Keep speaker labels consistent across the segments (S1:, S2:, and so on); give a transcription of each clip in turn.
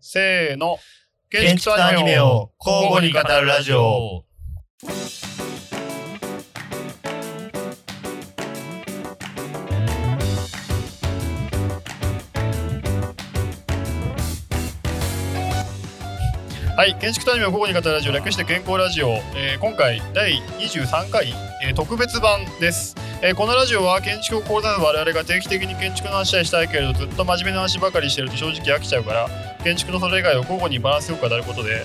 S1: せーの。
S2: 建築とアニメを交互に語るラジオ。
S1: はい、建築とアニメを交互に語るラジオ、略して健康ラジオ。えー今回、第23回、えー特別版です。えーこのラジオは建築を志す我々が定期的に建築の話はしたいけれど、ずっと真面目な話ばかりしてると正直飽きちゃうから、建築のそれ以外を交互にバランスよく語ることで、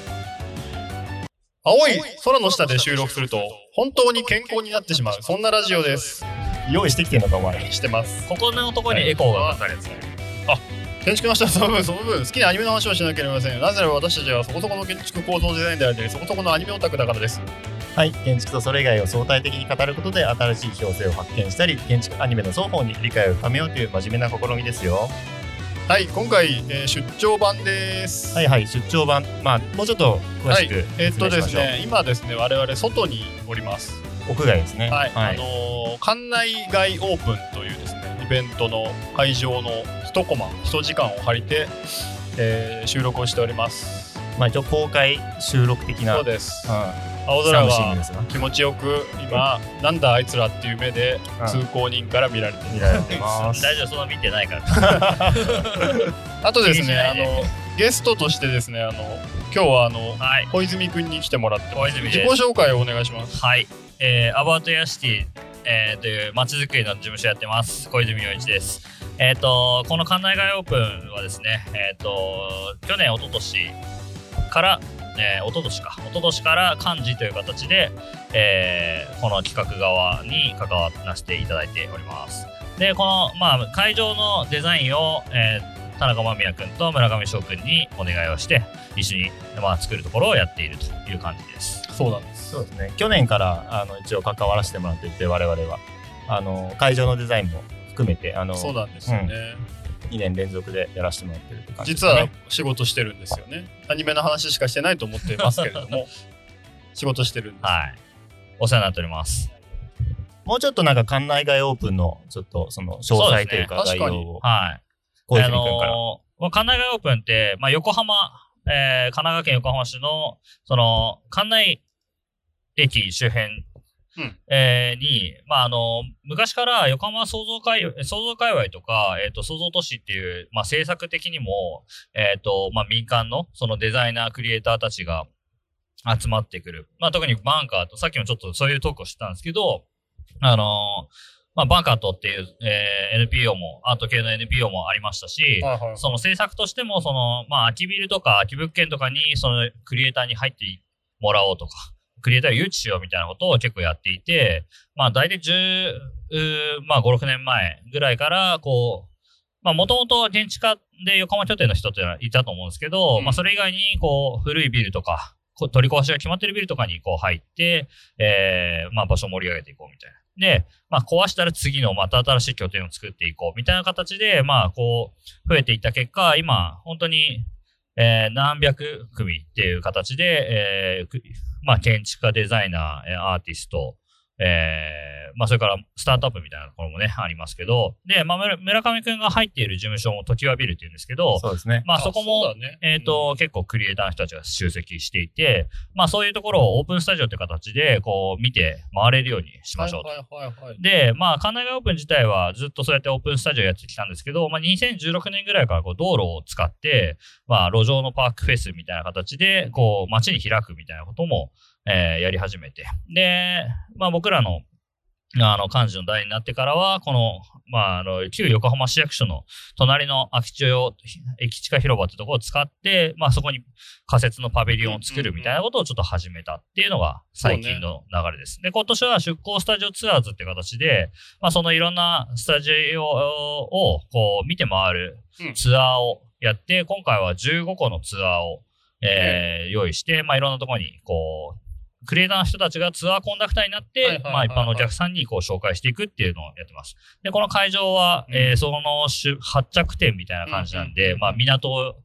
S1: 青い空の下で収録すると、本当に健康になってしまう、そんなラジオです。
S2: 用意してきてんのか、お前。
S1: してます。
S3: ここのところにエコーがかかるやつね。
S1: 建築の人はその分その分好きなアニメの話をしなければいけませんなぜなら私たちはそこそこの建築構造デザインでありそこそこのアニメオタクだからです
S2: はい、建築とそれ以外を相対的に語ることで新しい表性を発見したり、建築アニメの双方に理解を深めようという真面目な試みですよ。
S1: はい今回、えー出張版です、
S2: はいはい、出張版、まあもうちょっと詳しく、
S1: えーっとで
S2: 説明
S1: す
S2: しましょう
S1: ね今ですね我々外におります
S2: 屋外ですね。
S1: はい、
S2: は
S1: あのー館内外オープンというですねイベントの会場の一コマ一時間を借りて、えー収録をしております
S2: まあ一応公開収録的な、
S1: そう
S2: うん、
S1: です
S2: 青
S1: 青空
S2: シーン
S1: が
S2: ですが
S1: 気持ちよく今なんだあいつらっていう目で
S2: うん
S1: 通行人から見られています
S2: 見られてます。
S3: 大丈夫、そんな見てないから。
S1: あとです
S3: 気にし
S1: ね、
S3: な
S1: あ
S3: いで
S1: のゲストとしてですね、あの今日はあの
S3: はい。
S1: 小泉くんに来てもらってま
S3: 小
S1: す。
S3: 泉
S1: 自己
S3: です。
S1: 紹介をお願いします。
S3: はい。えー、アバウトヤシティ、えー、という街づくりの事務所やってます。小泉洋一です。えっ、と、この館内外オープンはですね、えっ、と、去年、一昨年から、えー、一昨年か、一昨年から幹事という形で、えーこの企画側に関わらせていただいております。で、この、まあ、会場のデザインを、えー田中間宮君と村上翔君にお願いをして一緒に、まあ、作るところをやっているという感じです。
S1: そうなんです。
S2: そうですね。去年からあの一応関わらせてもらっていて我々はあの会場のデザインも含めてあの
S1: そうなんですよね。
S2: 2年連続でやらせてもらってるって感じです
S1: 実
S2: ね、
S1: は仕事してるんですよね。アニメの話しかしてないと思ってますけれど も、仕事してるんです。
S3: はい。お世話になっております。
S2: もうちょっとなんか館内外オープンのちょっとその詳細というか
S1: そうです
S2: 概
S1: ね
S2: 要を
S3: はい。
S2: 小泉
S3: あ
S2: 君
S3: の
S2: から、
S3: ーまあ神奈川オープンって、まあ、横浜、えー神奈川県横浜市の、その、関内駅周辺、
S1: うん
S3: えーに、まあ、あの、昔から横浜創造界、創造界隈とか、えっ、と、創造都市っていう、まあ、政策的にも、えっ、と、まあ、民間の、そのデザイナー、クリエイターたちが集まってくる。まあ、特にバンカーと、さっきもちょっとそういうトークをしてたんですけど、あのーまあ、バンカーとっていう、えー NPO も、アート系の NPO もありましたし、
S1: はいはい
S3: その制作としても、その、まあ、空きビルとか空き物件とかに、そのクリエイターに入ってもらおうとか、クリエイターを誘致しようみたいなことを結構やっていて、まあ、大体10、うーまあ、5、6年前ぐらいから、こう、まあ、もともと現地化で横浜拠点の人っていうのはいたと思うんですけど、
S1: うん
S3: まあ、それ以外に、こう、古いビルとか、こう取り壊しが決まってるビルとかにこう入って、えーまあ、場所を盛り上げていこうみたいな。で、まあ、壊したら次のまた新しい拠点を作っていこうみたいな形で、まあ、こう、増えていった結果、今、本当に、えー何百組っていう形で、えーくまあ、建築家、デザイナーえー、アーティスト、えーまあ、それからスタートアップみたいなところもね、ありますけど、で、まあ、村村上くんが入っている事務所も、常盤ビルっていうんですけど、
S2: そうですね
S3: まあ、そこも、
S1: うだね
S3: えーと結構クリエイターの人たちが集積していて、まあ、そういうところをオープンスタジオって形でこう見て回れるようにしましょうと。
S1: はいはいはいはい。
S3: で、まあ、神奈川オープン自体はずっとそうやってオープンスタジオやってきたんですけど、まあ、2016年ぐらいからこう道路を使って、まあ、路上のパークフェスみたいな形で、こう、街に開くみたいなことも、えーやり始めて。で、まあ、僕らの、あの、幹事の代になってからは、この、まあ、あの、旧横浜市役所の隣の空き地を、駅地下広場ってところを使って、まあ、そこに仮設のパビリオンを作るみたいなことをちょっと始めたっていうのが最近の流れです。で、今年は出向スタジオツアーズって形で、まあ、そのいろんなスタジオをこう見て回る
S1: うん
S3: ツアーをやって、今回は15個のツアーを、えー用意して、まあ、いろんなところにこう、クリエイターの人たちがツアーコンダクターになっ
S1: はいはい
S3: て、
S1: はい
S3: まあ、一般のお客さんにこう紹介していくっていうのをやってます。で、この会場は、
S1: うん
S3: えーその出発着点みたいな感じな
S1: う
S3: ん
S1: んうん
S3: で、
S1: うん
S3: まあ、港を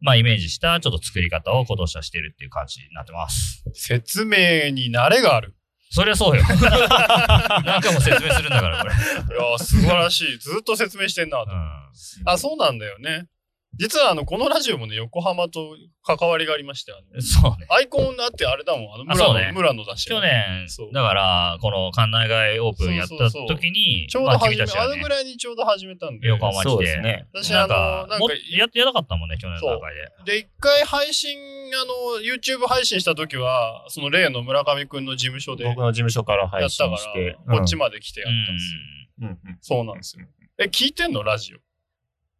S3: まあ、イメージしたちょっと作り方を今年はしてるっていう感じになってます。
S1: 説明に慣れがある。
S3: そりゃ そうよ。 何回も説明するんだから、これ。
S1: いやー素晴らしい。ずっと説明してんなと
S3: う。ん
S1: あ、そうなんだよね。実はあの、このラジオもね、横浜と関わりがありましたよ、ね。
S3: そうね。
S1: アイコンだってあれだもん、あの
S3: あ
S1: 村
S3: そ
S1: の、
S3: うね
S1: 村のだし。
S3: 去年
S1: そう、
S3: だから、この館内外オープンやった時に、
S1: ちょう
S3: ま
S1: ど
S3: あ
S1: 始
S3: 君
S1: め、
S3: たち
S1: あ
S3: は
S1: の
S3: ね
S1: ぐ、らいにちょうど始めたんで。
S3: 横浜
S2: そ
S3: 来
S2: うです
S3: て、
S2: ね
S1: 私
S3: なん
S1: あの
S3: か
S1: なんか
S3: もっとやってやりたかったもんね、去年の段階で。
S1: で、一回配信、あの、YouTube 配信した時は、その例の村上くんの事務所でやっ
S2: 僕の事務所から配
S1: たか
S2: 信
S1: ら
S2: して、、
S1: こっち
S2: も、
S1: まで来てや
S3: う
S1: ったんですよ。
S3: ん。
S2: うんうん
S1: そうなんですよ。え、聞いてんのラジオ。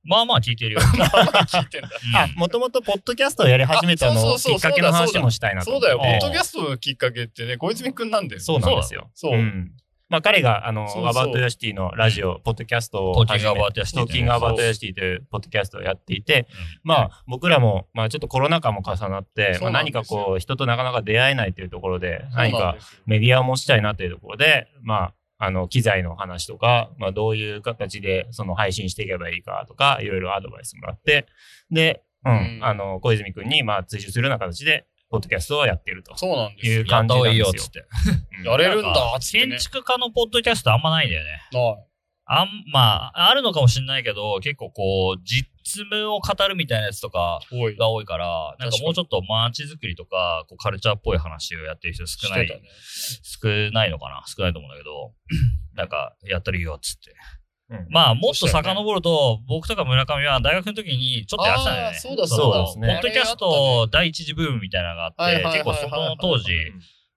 S3: まあまあ聞 いてるよ。
S1: 聞いてんだ。
S2: あ
S3: う、ん
S2: もともとポッドキャストをやり始めた
S1: あ
S2: の
S1: そう
S2: を
S1: そう
S2: き
S1: そう
S2: っかけの話もしたいなと
S1: そ
S2: 思
S1: う
S2: って。
S1: だよ、ポッ
S3: あ
S1: ド
S3: ー
S1: キャストのきっかけってね、小泉くんなんだよ。
S2: そうなんですよ。
S1: そうう。
S2: ん。まあ彼が、あの、
S1: そうそう
S2: アバウトヨシティのラジオ、ポッドキャスト
S3: ト
S2: を
S3: ーキン
S2: 始
S3: グア
S2: め
S3: バートやして
S2: トーキングアバートヤシティというポッドキャストをやっていて、まあ僕らも、まあちょっとコロナ禍も重なって、
S1: そ
S2: ま
S1: う
S2: あ
S1: なんです
S2: 何
S1: よ
S2: かこう、人となかなか出会えないというところで、何
S1: そうなん
S2: か
S1: ですよ
S2: メディアを持ちたいなというところで、まあ、あの、機材の話とか、まあどういう形でその配信していけばいいかとか、いろいろアドバイスもらって、で、うん、
S1: うん
S2: あの、小泉くんに、まあ追従するような形で、ポッドキャストをやっていると。
S1: そうなんです
S2: い
S1: よ
S2: う。感じなんですよ
S3: やった方がいいよっつって。
S2: うん
S1: やれるんだっつって、ね
S3: 建。築家のポッドキャストあんまないんだよね。
S1: はい
S3: あん、まあ、あるのかもしれないけど、結構こう、実務を語るみたいなやつとか
S1: 多い。
S3: が多いから、なん
S1: 確
S3: か
S1: かに
S3: もうちょっと街づくりとか、こうカルチャーっぽい話をやってる人少な
S1: してた
S3: い、
S1: ね
S3: 少ないのかな少ないと思うんだけど、なんか、やってるよ、っつって。
S2: うん
S3: まあ、もっと
S1: そうしたよね
S3: 遡ると、僕とか村上は大学の時にちょっとやってたんだよ
S1: あ
S3: ね
S1: ー。そうだ
S2: そうだ
S3: ポ
S2: そうですね
S3: ッドキャスト第一次ブームみたいなのが
S1: は
S3: あ
S1: い
S3: っ
S1: はい
S3: て、
S1: はいはい
S3: 結構その当時、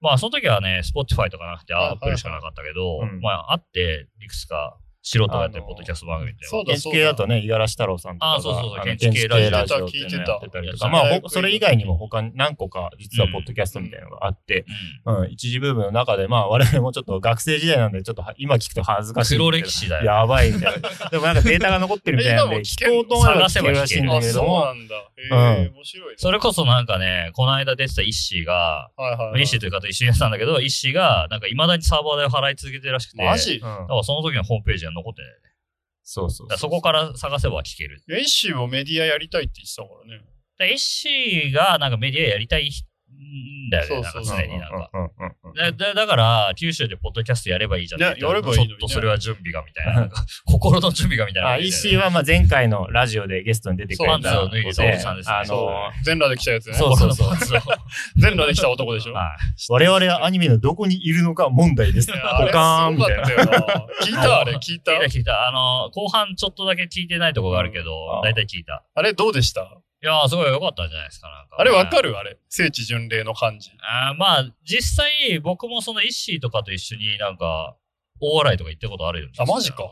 S3: まあ、その時はね、Spotify とかなくて、
S1: はいはいはい
S3: Apple しかなかったけど、
S2: うん
S3: まあ、あって、いくつか素人がやってる
S2: あのー
S3: ポッドキャスト番組っていうの
S1: そう
S3: は
S1: だ
S2: 建
S1: そ
S2: 築
S1: うだ
S2: 系だとね、五十嵐太郎さんとかが
S3: あそうそうそう
S2: あの
S3: 建築系ラ
S1: ジオ
S2: 建築系ラジオっていうのをやってたりとか、
S3: 聞いてた
S2: ま
S1: 聞いて
S2: あ、
S1: た
S2: ほそれ以外にも他に何個か、実はポッドキャストみたいなのがあって、うん、一時ブームの中で、まあ、我々もちょっと学生時代なんで、ちょっとは今聞くと恥ずかしいんだけど。
S3: 黒歴史だよ。
S2: やばいみたいな。でもなんかデータが残ってるみたいなんで、
S1: 今 も聞け
S2: 聞
S1: んの
S2: こうと思えば聞けるらしいんだ
S1: あ、
S2: けれ
S1: そ
S2: ど
S1: う
S2: も
S1: な、んだ。へえ、
S2: う
S1: 面白いね。
S3: それこそなんかね、この間出てたイッシーが、
S1: はいはい、はい。
S3: イッシーという方一緒にやってたんだけど、イッシーが、なんか未だにサーバー代を払い続けてるらしくて、
S1: マジ
S2: うん
S3: だからその時のホームページが残ってない。
S2: そうそう
S3: だからそこから探せば聞ける。
S1: メッシーもメディアやりたいって言ってたからね。
S3: だからイッシーがなんかメディアやりたいんだよね、なん
S1: そ
S3: か
S1: うそう
S3: 常になんか。
S2: うんうんうんうん
S3: だだだから、九州でポッドキャストやればいいじゃん。
S1: ねやればいいのにね
S3: ちょっとそれは準備がみたいな。なん か心の準備がみたいな。
S2: あ、石井はまあ前回のラジオでゲストに出てくれた
S1: そうパンツを
S3: 脱いでたおじさんですね
S2: あ
S1: そう
S2: の、
S1: 全裸で来たやつね。
S2: そうそうそう
S3: 心のそう
S1: 全裸で来た男でしょ。
S3: はい
S2: 我々はアニメのどこにいるのか問題です。
S1: い
S2: ポ
S1: やあれ
S2: カーンみたいな。
S1: すごかったよな聞いたあれ、聞いた
S3: 聞い。た聞いた。あの、後半ちょっとだけ聞いてないとこがあるけ
S2: うんあ
S3: ど
S2: ー、
S3: だいたい聞いた。
S1: あれどうでした
S3: いやー、すごい良かったんじゃないですか。なんか
S1: あれわかるあれ。聖地巡礼の感じ。
S3: あーまあ、実際、僕もそのイッシーとかと一緒になんか、大洗とか行ったことあるんです
S1: あ、
S3: よ
S1: マジか。。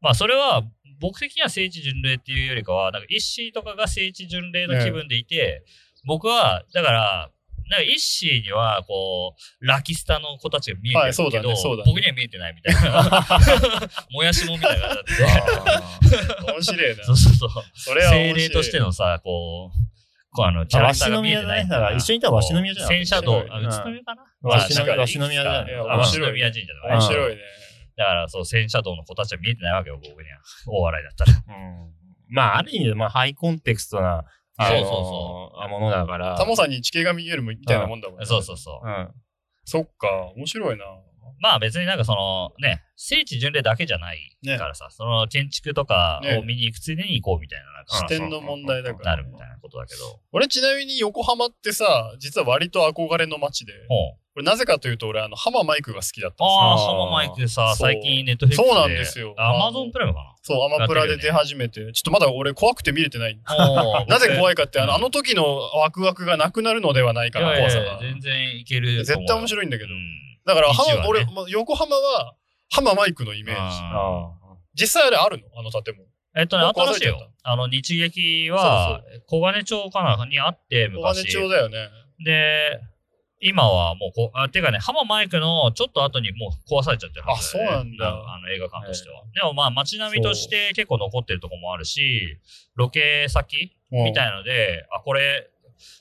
S3: まあ、それは、僕的には聖地巡礼っていうよりかは、なんか、イッシーとかが聖地巡礼の気分でいて、僕は、だから、なんか、イッシーには、こう、ラキスタの子たちが見えて
S1: はいそ
S3: る
S1: う
S3: け
S1: だ
S3: ど、
S1: ねそうだね
S3: 僕には見えてないみたいな。 もやしもみたいな感じだって。
S1: 面白いな
S3: そ。うそうそう。
S1: それは面
S3: 精
S1: 白い
S3: 霊としてのさ、こう、こうあの、キャ
S2: あ
S3: ラ
S2: わ
S3: ク
S2: し
S3: ターが
S2: の
S3: 見え
S2: 宮
S3: て
S2: じゃ
S3: な
S2: ないい
S3: か
S2: な。
S3: ら。
S2: 一緒にいたらわしの宮じゃない
S3: 戦車道、あ
S2: うん
S3: 宇都宮かな
S2: わし
S1: の
S3: まあ
S2: わしの宮じゃない
S3: い
S1: や
S3: や
S1: 面
S3: わし
S1: 白い
S3: の宮神社だ
S1: 面
S3: ね。
S1: 白いね。
S3: だから、そう、戦車道の子たちは見えてないわけよ、僕には。大笑いだったら。
S2: うんまあ、ある意味で、まあ、ハイコンテクストな、あ
S3: そう
S2: の
S3: そうそ
S2: ものだから。
S1: タモさんに地形が見えるみたいなもんだもんね。
S3: そうそうそう。
S2: うん
S1: そっか、面白いな。
S3: まあ別になんかそのね、聖地巡礼だけじゃないからさ、その建築とかを見に行くついでに行こうみたいな、なんか
S1: 視
S3: 話
S1: 点の問題だ
S3: に
S1: から
S3: な。るみたいなことだけど。
S1: 俺ちなみに横浜ってさ、実は割と憧れの街で、こ
S3: ほう
S1: れなぜかというと俺あの浜マイクが好きだったんですよ。
S3: ああ、
S2: そう
S3: ハママイク
S1: そ
S3: さ
S1: う、
S3: 最近ネットフェックス
S1: そうなんですよ
S3: アマゾンプライムか
S1: そう、アマプラで出始めて、ちょっとまだ俺怖くて見れてない。
S3: な。ほう
S1: なぜ怖いかって、あの
S3: うん
S1: あの時のワクワクがなくなるのではないか
S3: い
S1: な、
S3: やい
S1: 怖さ
S3: やいや
S1: が。
S3: 全然いけると思うよ。
S1: 絶対面白いんだけど
S3: う。ん
S1: だから
S3: 一
S1: 浜、
S3: 話ね
S1: 俺、ま横浜は浜マイクのイメージ。
S3: あ
S2: あ
S1: 実際あれあるのあの建物。
S3: ーえっとね、
S1: 僕忘
S3: 新
S1: れ
S3: しい
S1: ちゃった
S3: よ。あの、日劇は、小金町かなにあって、
S1: 小金
S3: 昔。
S1: 町だよね。
S3: で、今はもうこ、あ、てかね、浜マイクのちょっと後にもう壊されちゃってるはずよね
S1: あそうなんだ
S3: あの映画館としては。でもまあ街並みとして結構残ってるとこもあるし、ロケ先
S1: うん
S3: みたいので、あ、これ、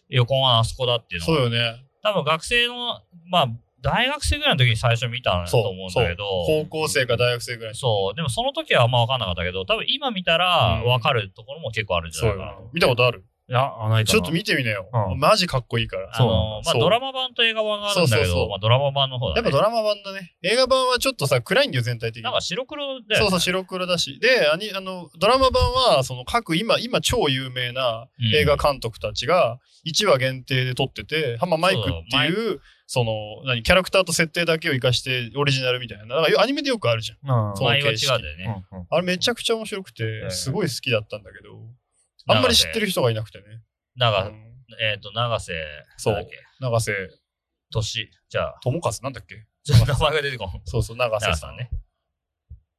S3: 横浜あそこだっていうの
S1: そう
S3: が
S1: よね。
S3: 多分学生の、まあ、大学生ぐらいの時に最初見たと
S1: そう
S3: 思うんだけど、
S1: 高校生か大学生ぐらい。
S3: そう、でもその時はあんま分かんなかったけど、多分今見たら
S1: うん
S3: 分かるところも結構あるんじゃ
S1: そう
S3: ない
S1: よ
S3: かな。
S1: ね。見たことある
S2: いや、あないかな
S1: ちょっと見てみなよ。
S2: うん
S1: マジかっこいいから。
S3: あ
S2: そう
S3: の、まあ、
S1: そう
S3: ドラマ版と映画版があるんだ
S1: そうそ
S3: け
S1: うそ
S3: ど、
S1: う
S3: まあ、ドラマ版の方
S1: や
S3: だ
S1: っぱ
S3: ね。
S1: ドラマ版だね。映画版はちょっとさ、暗いんだよ、全体的に
S3: なん。か白黒で、
S1: そうそう、白黒だし。で、アニあの、ドラマ版は、その各今、今超有名な
S3: うん
S1: 映画監督たちが、1話限定で撮ってて、ハママイクっていう、その、何、キャラクターと設定だけを活かしてオリジナルみたいな。だからよアニメでよくあるじゃん。
S2: うん
S1: そう
S3: 前は違うんだよね。
S2: うんうん
S1: あれめちゃくちゃ面白くて、
S2: ん
S1: すごい好きだったんだけど、あんまり知ってる人がいなくてね。
S3: なん
S1: う
S3: か、
S1: ん
S3: えっと、長瀬、
S1: そう
S3: なんだっけ
S1: 長瀬
S3: 年、じゃあ、
S1: 智和なんだっけ
S3: ちょっと名前が出てこん。
S1: そうそう、長瀬
S3: 長瀬
S1: さ
S3: さ
S1: ん
S3: んね。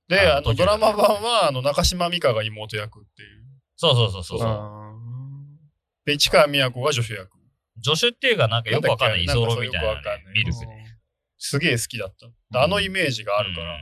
S1: で、
S3: あ
S1: あの、
S3: 東
S1: ド
S3: 京だ
S1: ラマ版は、あの、中島美嘉が妹役っていう。
S3: そうそうそうそうそう。
S1: で、市川美也子が助手役。
S3: 助手っていうか、なんかよくわかんない居
S1: なんだっ
S3: 候
S1: け
S3: みたいなね
S1: んかそうよくわかんな
S3: ミルクで。
S1: すげえ好きだった。あのイメージがあるから、
S3: うん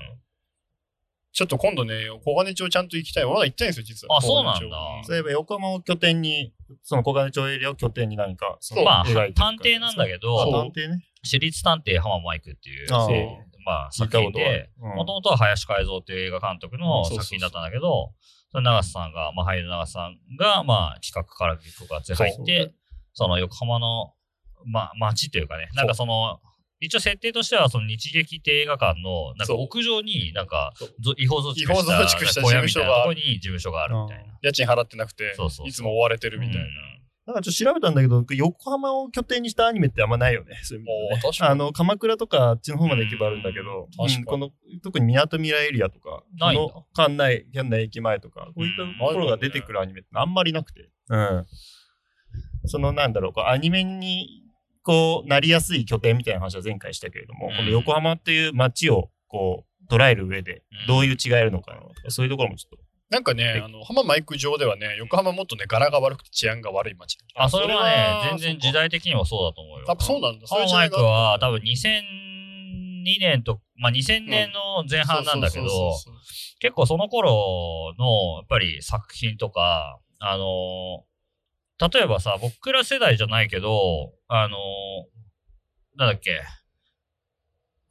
S1: ちょっと今度ね、小金町ちゃんと行きたい。まだ行ってないんですよ、実は。
S3: あそうなんだ
S2: そういえば横浜を拠点に、その小金町エリアを拠点に何か、その
S1: そう
S3: まあ、
S2: 描いてる
S3: 探偵なんだけ
S2: あ
S1: そう
S3: ど、
S2: 探偵ね。
S3: 私立探偵浜マイクっていう
S2: あ、ー
S3: えーまあ、作品で、もともとは林海蔵という映画監督
S1: う
S3: の
S1: んそうそうそう
S3: 作品だったんだけど、その長瀬さんが、まあ、俳優の長瀬さんが、まあ、企画から結構ガッツリ入って、その横浜の、まあ、街というかね、なんかその、一応設定としては、その日劇って映画館の、なんか
S1: そう
S3: 屋上に、なんか
S1: そう、
S3: ぞ違法増築
S1: 違法増築
S3: し
S1: したた
S3: 小屋みたいなと
S1: 事務所が
S3: こに事務所があるみたいな。
S1: 家賃払ってなくて
S3: そうそうそう
S1: いつも追われてるみたいな。
S3: うん
S2: なんかちょっと調べたんだけど、横浜を拠点にしたアニメってあんまないよね。そういう意味ではね
S1: おー確かに
S2: あの、鎌倉とかあっちの方まで行けばあるんだけど、
S1: うん確かに
S2: うんこの、特に港未来エリアとか、
S3: ないんだ
S2: この館内、館内駅前とか、こういった
S3: うん
S2: ところが出てくるアニメってあんまりなくて。うん。その、なんだろう、こうアニメに、こう、なりやすい拠点みたいな話は前回したけれども、
S3: うん
S2: この横浜っていう街を、こう、捉える上で
S3: うん、
S2: どういう違いあるのかなとか、そういうところもちょっと。
S1: なんか
S2: はい
S1: ね、あの、浜マイク上ではね、横浜もっとね、柄が悪くて治安が悪い街だ
S3: あ、それはね、全然
S1: そ
S3: 時
S1: うか
S3: 代的にもそうだと思うよ。
S1: あ、そうなんだ。そういう
S3: ハ
S1: 時
S3: ママ
S1: 代
S3: イク
S1: が
S3: は多分2002年と、まあ、2000年の前半なんだけど、
S1: そうそうそうそう
S3: 結構その頃のやっぱり作品とか、あのー例えばさ、僕ら世代じゃないけど、あのーなんだっけ、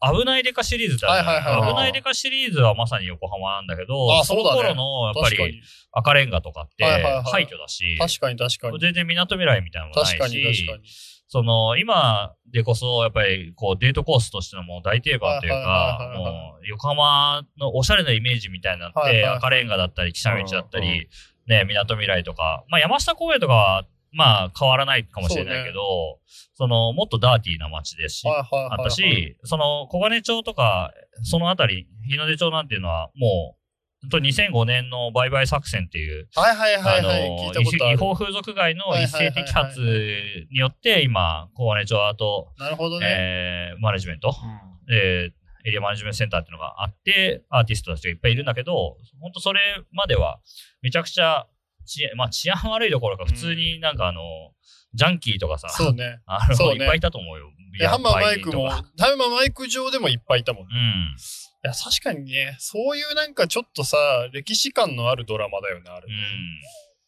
S3: 危ないデカシリーズってあるじゃん
S1: はいはいはい
S2: はい
S3: 危ないデカシリーズはまさに横浜なんだけど、
S1: あ
S3: そ
S1: そうだね
S3: の頃のやっぱ
S1: 確か
S3: り
S1: に。
S3: 赤レンガとかって
S1: はいはいはい
S3: 廃墟だし、
S1: 確かに確かに。
S3: 全然港未来みたいなのもないし、
S1: 確かに確かに。
S3: その、今でこそ、やっぱり、こう、デートコースとしてのもう大定番というか
S1: は、いはいはいはい
S3: もう、横浜のおしゃれなイメージみたいになっ
S1: はいはい
S3: て、
S1: はい
S3: 赤レンガだったり、汽車道だった
S2: うん
S3: り、ね、港未来とか、まあ、山下公園とかは、まあ、変わらないかもしれないけど、その、もっとダーティーな街ですし、
S1: はいはいはいはい。
S3: あったし、その、小金町とか、そのあたり、日の出町なんていうのは、もう、ほんと2005年の売買作戦っていう、
S1: はいはいは
S3: あ
S1: い
S3: の
S1: はい。聞いたことあ
S3: 違
S1: る。
S3: 法風俗街の一斉摘発によって、今、小金町アート、
S1: なるほどね。
S3: えーマネジメント、えーエリアマネジメントセンターっていうのがあって、アーティストたちがいっぱいいるんだけど、本当それまでは、めちゃくちゃ治安、まあ、治安悪いどころか、普通になんかあの、ジャンキーとかさ、
S1: そうね。
S3: あの
S1: そう
S3: い
S1: ね
S3: っぱいいたと思うよ。
S1: で、ハンマーマイク
S3: ヤ
S1: も、
S3: バ
S1: ハ
S3: い人とか
S1: ンマーマイク上でもいっぱいいたもんね。
S3: うん。
S1: いや、確かにね、そういうなんかちょっとさ、歴史感のあるドラマだよね、あれ。
S3: うん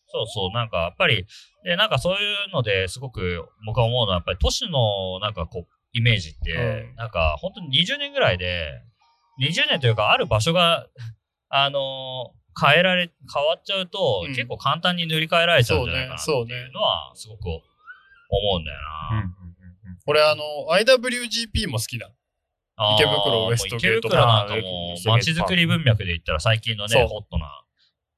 S3: そうそう、なんかやっぱり、で、なんかそういうのですごく僕は思うのは、やっぱり都市のなんかこう、イメージって、
S1: うん
S3: なんか本当に20年ぐらいで、20年というか、ある場所が、 あのー変えられ、変わっちゃうと、
S1: うん
S3: 結構簡単に塗り替えられちゃうんじゃないかなってい
S1: そうねそうね
S3: うのは、すごく思うんだよ
S2: うんうんう
S3: な。
S2: ん
S1: これあの、IWGP も好きだ。
S3: あー
S1: 池袋ウエストゲート
S3: もう池袋なんか
S2: あー
S3: も
S2: ウエストゲ
S3: う、
S2: ート
S3: 街づくり文脈で言ったら最近の
S1: そ
S3: ね、
S1: う
S3: ホットな。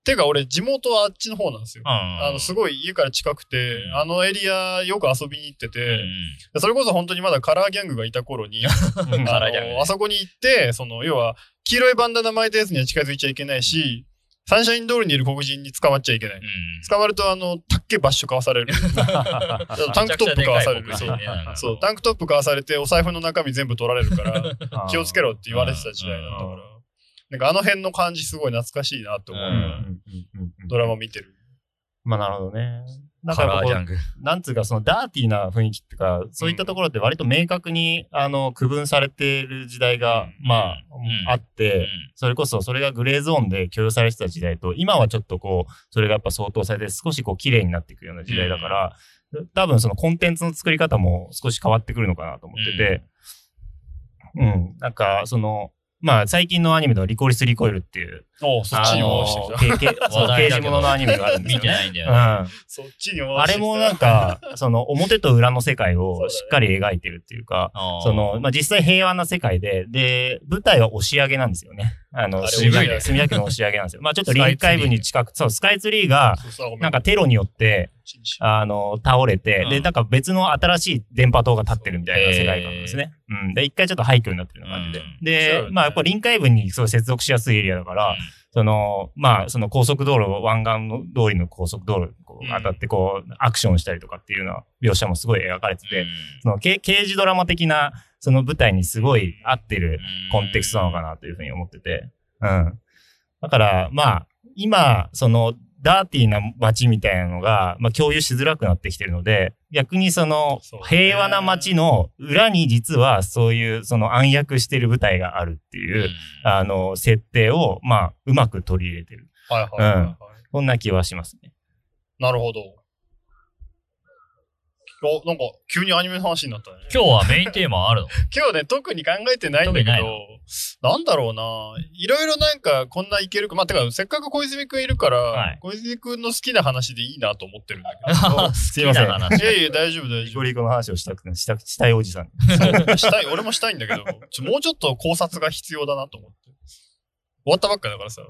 S1: てか、俺、地元はあっちの方なんですよ。
S3: あ
S1: あの、すごい家から近くて
S3: う、ん
S1: あのエリアよく遊びに行って
S3: うん
S1: て、それこそ本当にまだカラーギャングがいた頃に、
S2: うんうん
S3: カ
S1: あ
S3: ラーギャングね
S1: のあそこに行って、その、要は、黄色いバンダナ巻いたやつには近づいちゃいけないし、サンシャイン通りにいる黒人に捕まっちゃいけない。捕まると、あの、たっけバッシュ買わさ れる。あのタンクトップ買わされる。そうそう、タンクトップ買わされて、お財布の中身全部取られるから、気をつけろって言われてた時代だったか
S2: うん
S1: ら。なんかあの辺の感じすごい懐かしいなって思う。
S3: う
S2: うんうんうんうん
S1: ドラマ見てる。
S2: まあなるほどね。だ
S3: カ
S2: から
S3: ラー
S2: こ
S3: ジ
S2: う
S3: ャング。
S2: なんつうかそのダーティーな雰囲気っていうか、そういったところって割と明確にあの区分されてる時代が、
S3: うん
S2: まあ、
S3: うん
S2: あって、それこそそれがグレーゾーンで許容されてた時代と、今はちょっとこう、それがやっぱ相当されて少しこう綺麗になっていくような時代だから、多分そのコンテンツの作り方も少し変わってくるのかなと思ってて、うん、なんかその、まあ、最近のアニメのリコリス・リコイルっていう、
S1: おうそっちに戻してきた。
S2: あのけけそう
S3: 話
S2: 刑
S3: 題だ
S2: 事
S3: け
S2: も
S3: ど
S2: ののアニメがあるんです
S3: 見
S2: よ
S3: て
S2: ね。
S3: ないんだ
S2: う
S3: よ
S2: ん、
S3: ね。
S2: あ
S1: そっちに戻して
S2: れ
S1: きた。
S2: もな んか、その表と裏の世界をしっかり描いてるっていうか、
S3: あー
S2: その、まあ、実際平和な世界で、で、舞台は押上げなんですよね。あ
S1: あ
S2: の、
S1: れ
S2: 墨田
S1: 押上
S2: 区
S1: げ
S2: 墨田区の押上げなんですよ。まあ、ちょっと臨海部に近く、そう、スカイツリーが、
S1: そうそうごめ
S2: なんかテロによって、あの、倒れて、
S3: う
S2: で、
S3: ん
S2: なんか別の新しい電波塔が立ってるみたいな世界観ですね。うん。で、一回ちょっと廃墟になってるような感じで
S3: うん。
S1: そう
S2: で
S1: よ、ね
S2: まあ、やっぱ臨海部にそう接続しやすいエリアだから、
S3: うん
S2: その、まあ、その高速道路、湾岸の通りの高速道路にこう
S1: うん
S2: 当たって、こう、アクションしたりとかっていうような描写もすごい描かれてて、
S3: うん
S2: そのけ刑事ドラマ的な、その舞台にすごい合ってる
S3: うん
S2: コンテクストなのかなというふうに思ってて。うん。だから、まあ、今、その、ダーティーな街みたいなのが、まあ、共有しづらくなってきてるので、逆にその
S1: そう、ね
S2: 平和な街の裏に実はそういう、その暗躍してる舞台があるって
S3: うん
S2: いう、あの、設定を、まあ、うまく取り入れてる。
S1: はいはいはい、はい
S2: そんな気はしますね。
S1: なるほど。お、なんか急にアニメの話になったね。
S3: 今日はメインテーマ あるの
S1: 今日ね、特に考えてないんだけ
S3: 特にない
S1: ど、なんだろうな。いろいろなんかこんないけるか、まあ、てか、せっかく小泉くんいるから、
S3: はい
S1: 小泉くんの好きな話でいいなと思ってるんだけ
S3: 好きな 話。
S1: ど。いやいや、大丈夫、大
S2: リ
S1: 丈
S2: コリコの話をしたくなしたしたいおじさん。
S1: 夫。 したい、俺もしたいんだけど、ちょもうちょっと考察が必要だなと思って。終わったばっかだからさ。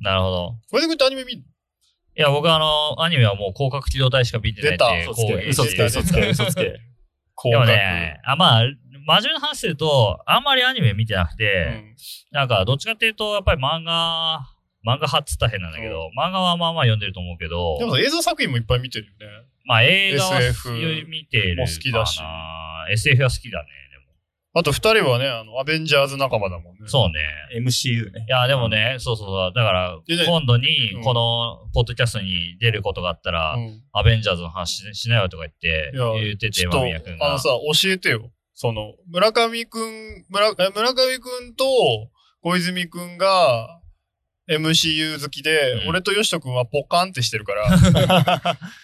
S3: なるほど。
S1: 小泉くんってアニメ見る
S3: いや、僕はあの、アニメはもう広角機動隊しか見てないってい
S1: 出
S3: う
S1: た
S3: こういう
S2: 嘘つけ、嘘つけ、嘘つけ。
S1: 広
S3: でも
S1: 角
S3: ね、あまあ、真面目な話すると、あんまりアニメ見てなくて、なんか、どっちかっていうと、やっぱり漫画、漫画派っつったら変なんだけど、漫画はまあまあ読んでると思うけど
S1: うん、でもさ映像作品もいっぱい見てるよね。
S3: まあ映画は
S1: SF
S3: 見てるか
S1: も
S3: な。
S1: 好きだし
S3: SF は好きだね、
S1: あと二人はね、あの、アベンジャーズ仲間だもんね
S3: でも。。そうね。
S2: MCU ね
S3: い。や、でもね、そうそうそう。だから
S1: でね、
S3: 今度
S1: う
S3: に
S1: ん、
S3: この、ポッドキャストに出ることがあったら、
S1: うん
S3: アベンジャーズの話しないよとか言って、
S1: いや
S3: 言ってて、
S1: ちょっと、
S3: 間宮君
S1: あ
S3: が
S1: の。さ、教えてよ。その、村上くん、村え村上くんと小泉くんが MCU 好きで、
S3: うん
S1: 俺とヨシトくんはポカンってしてる から、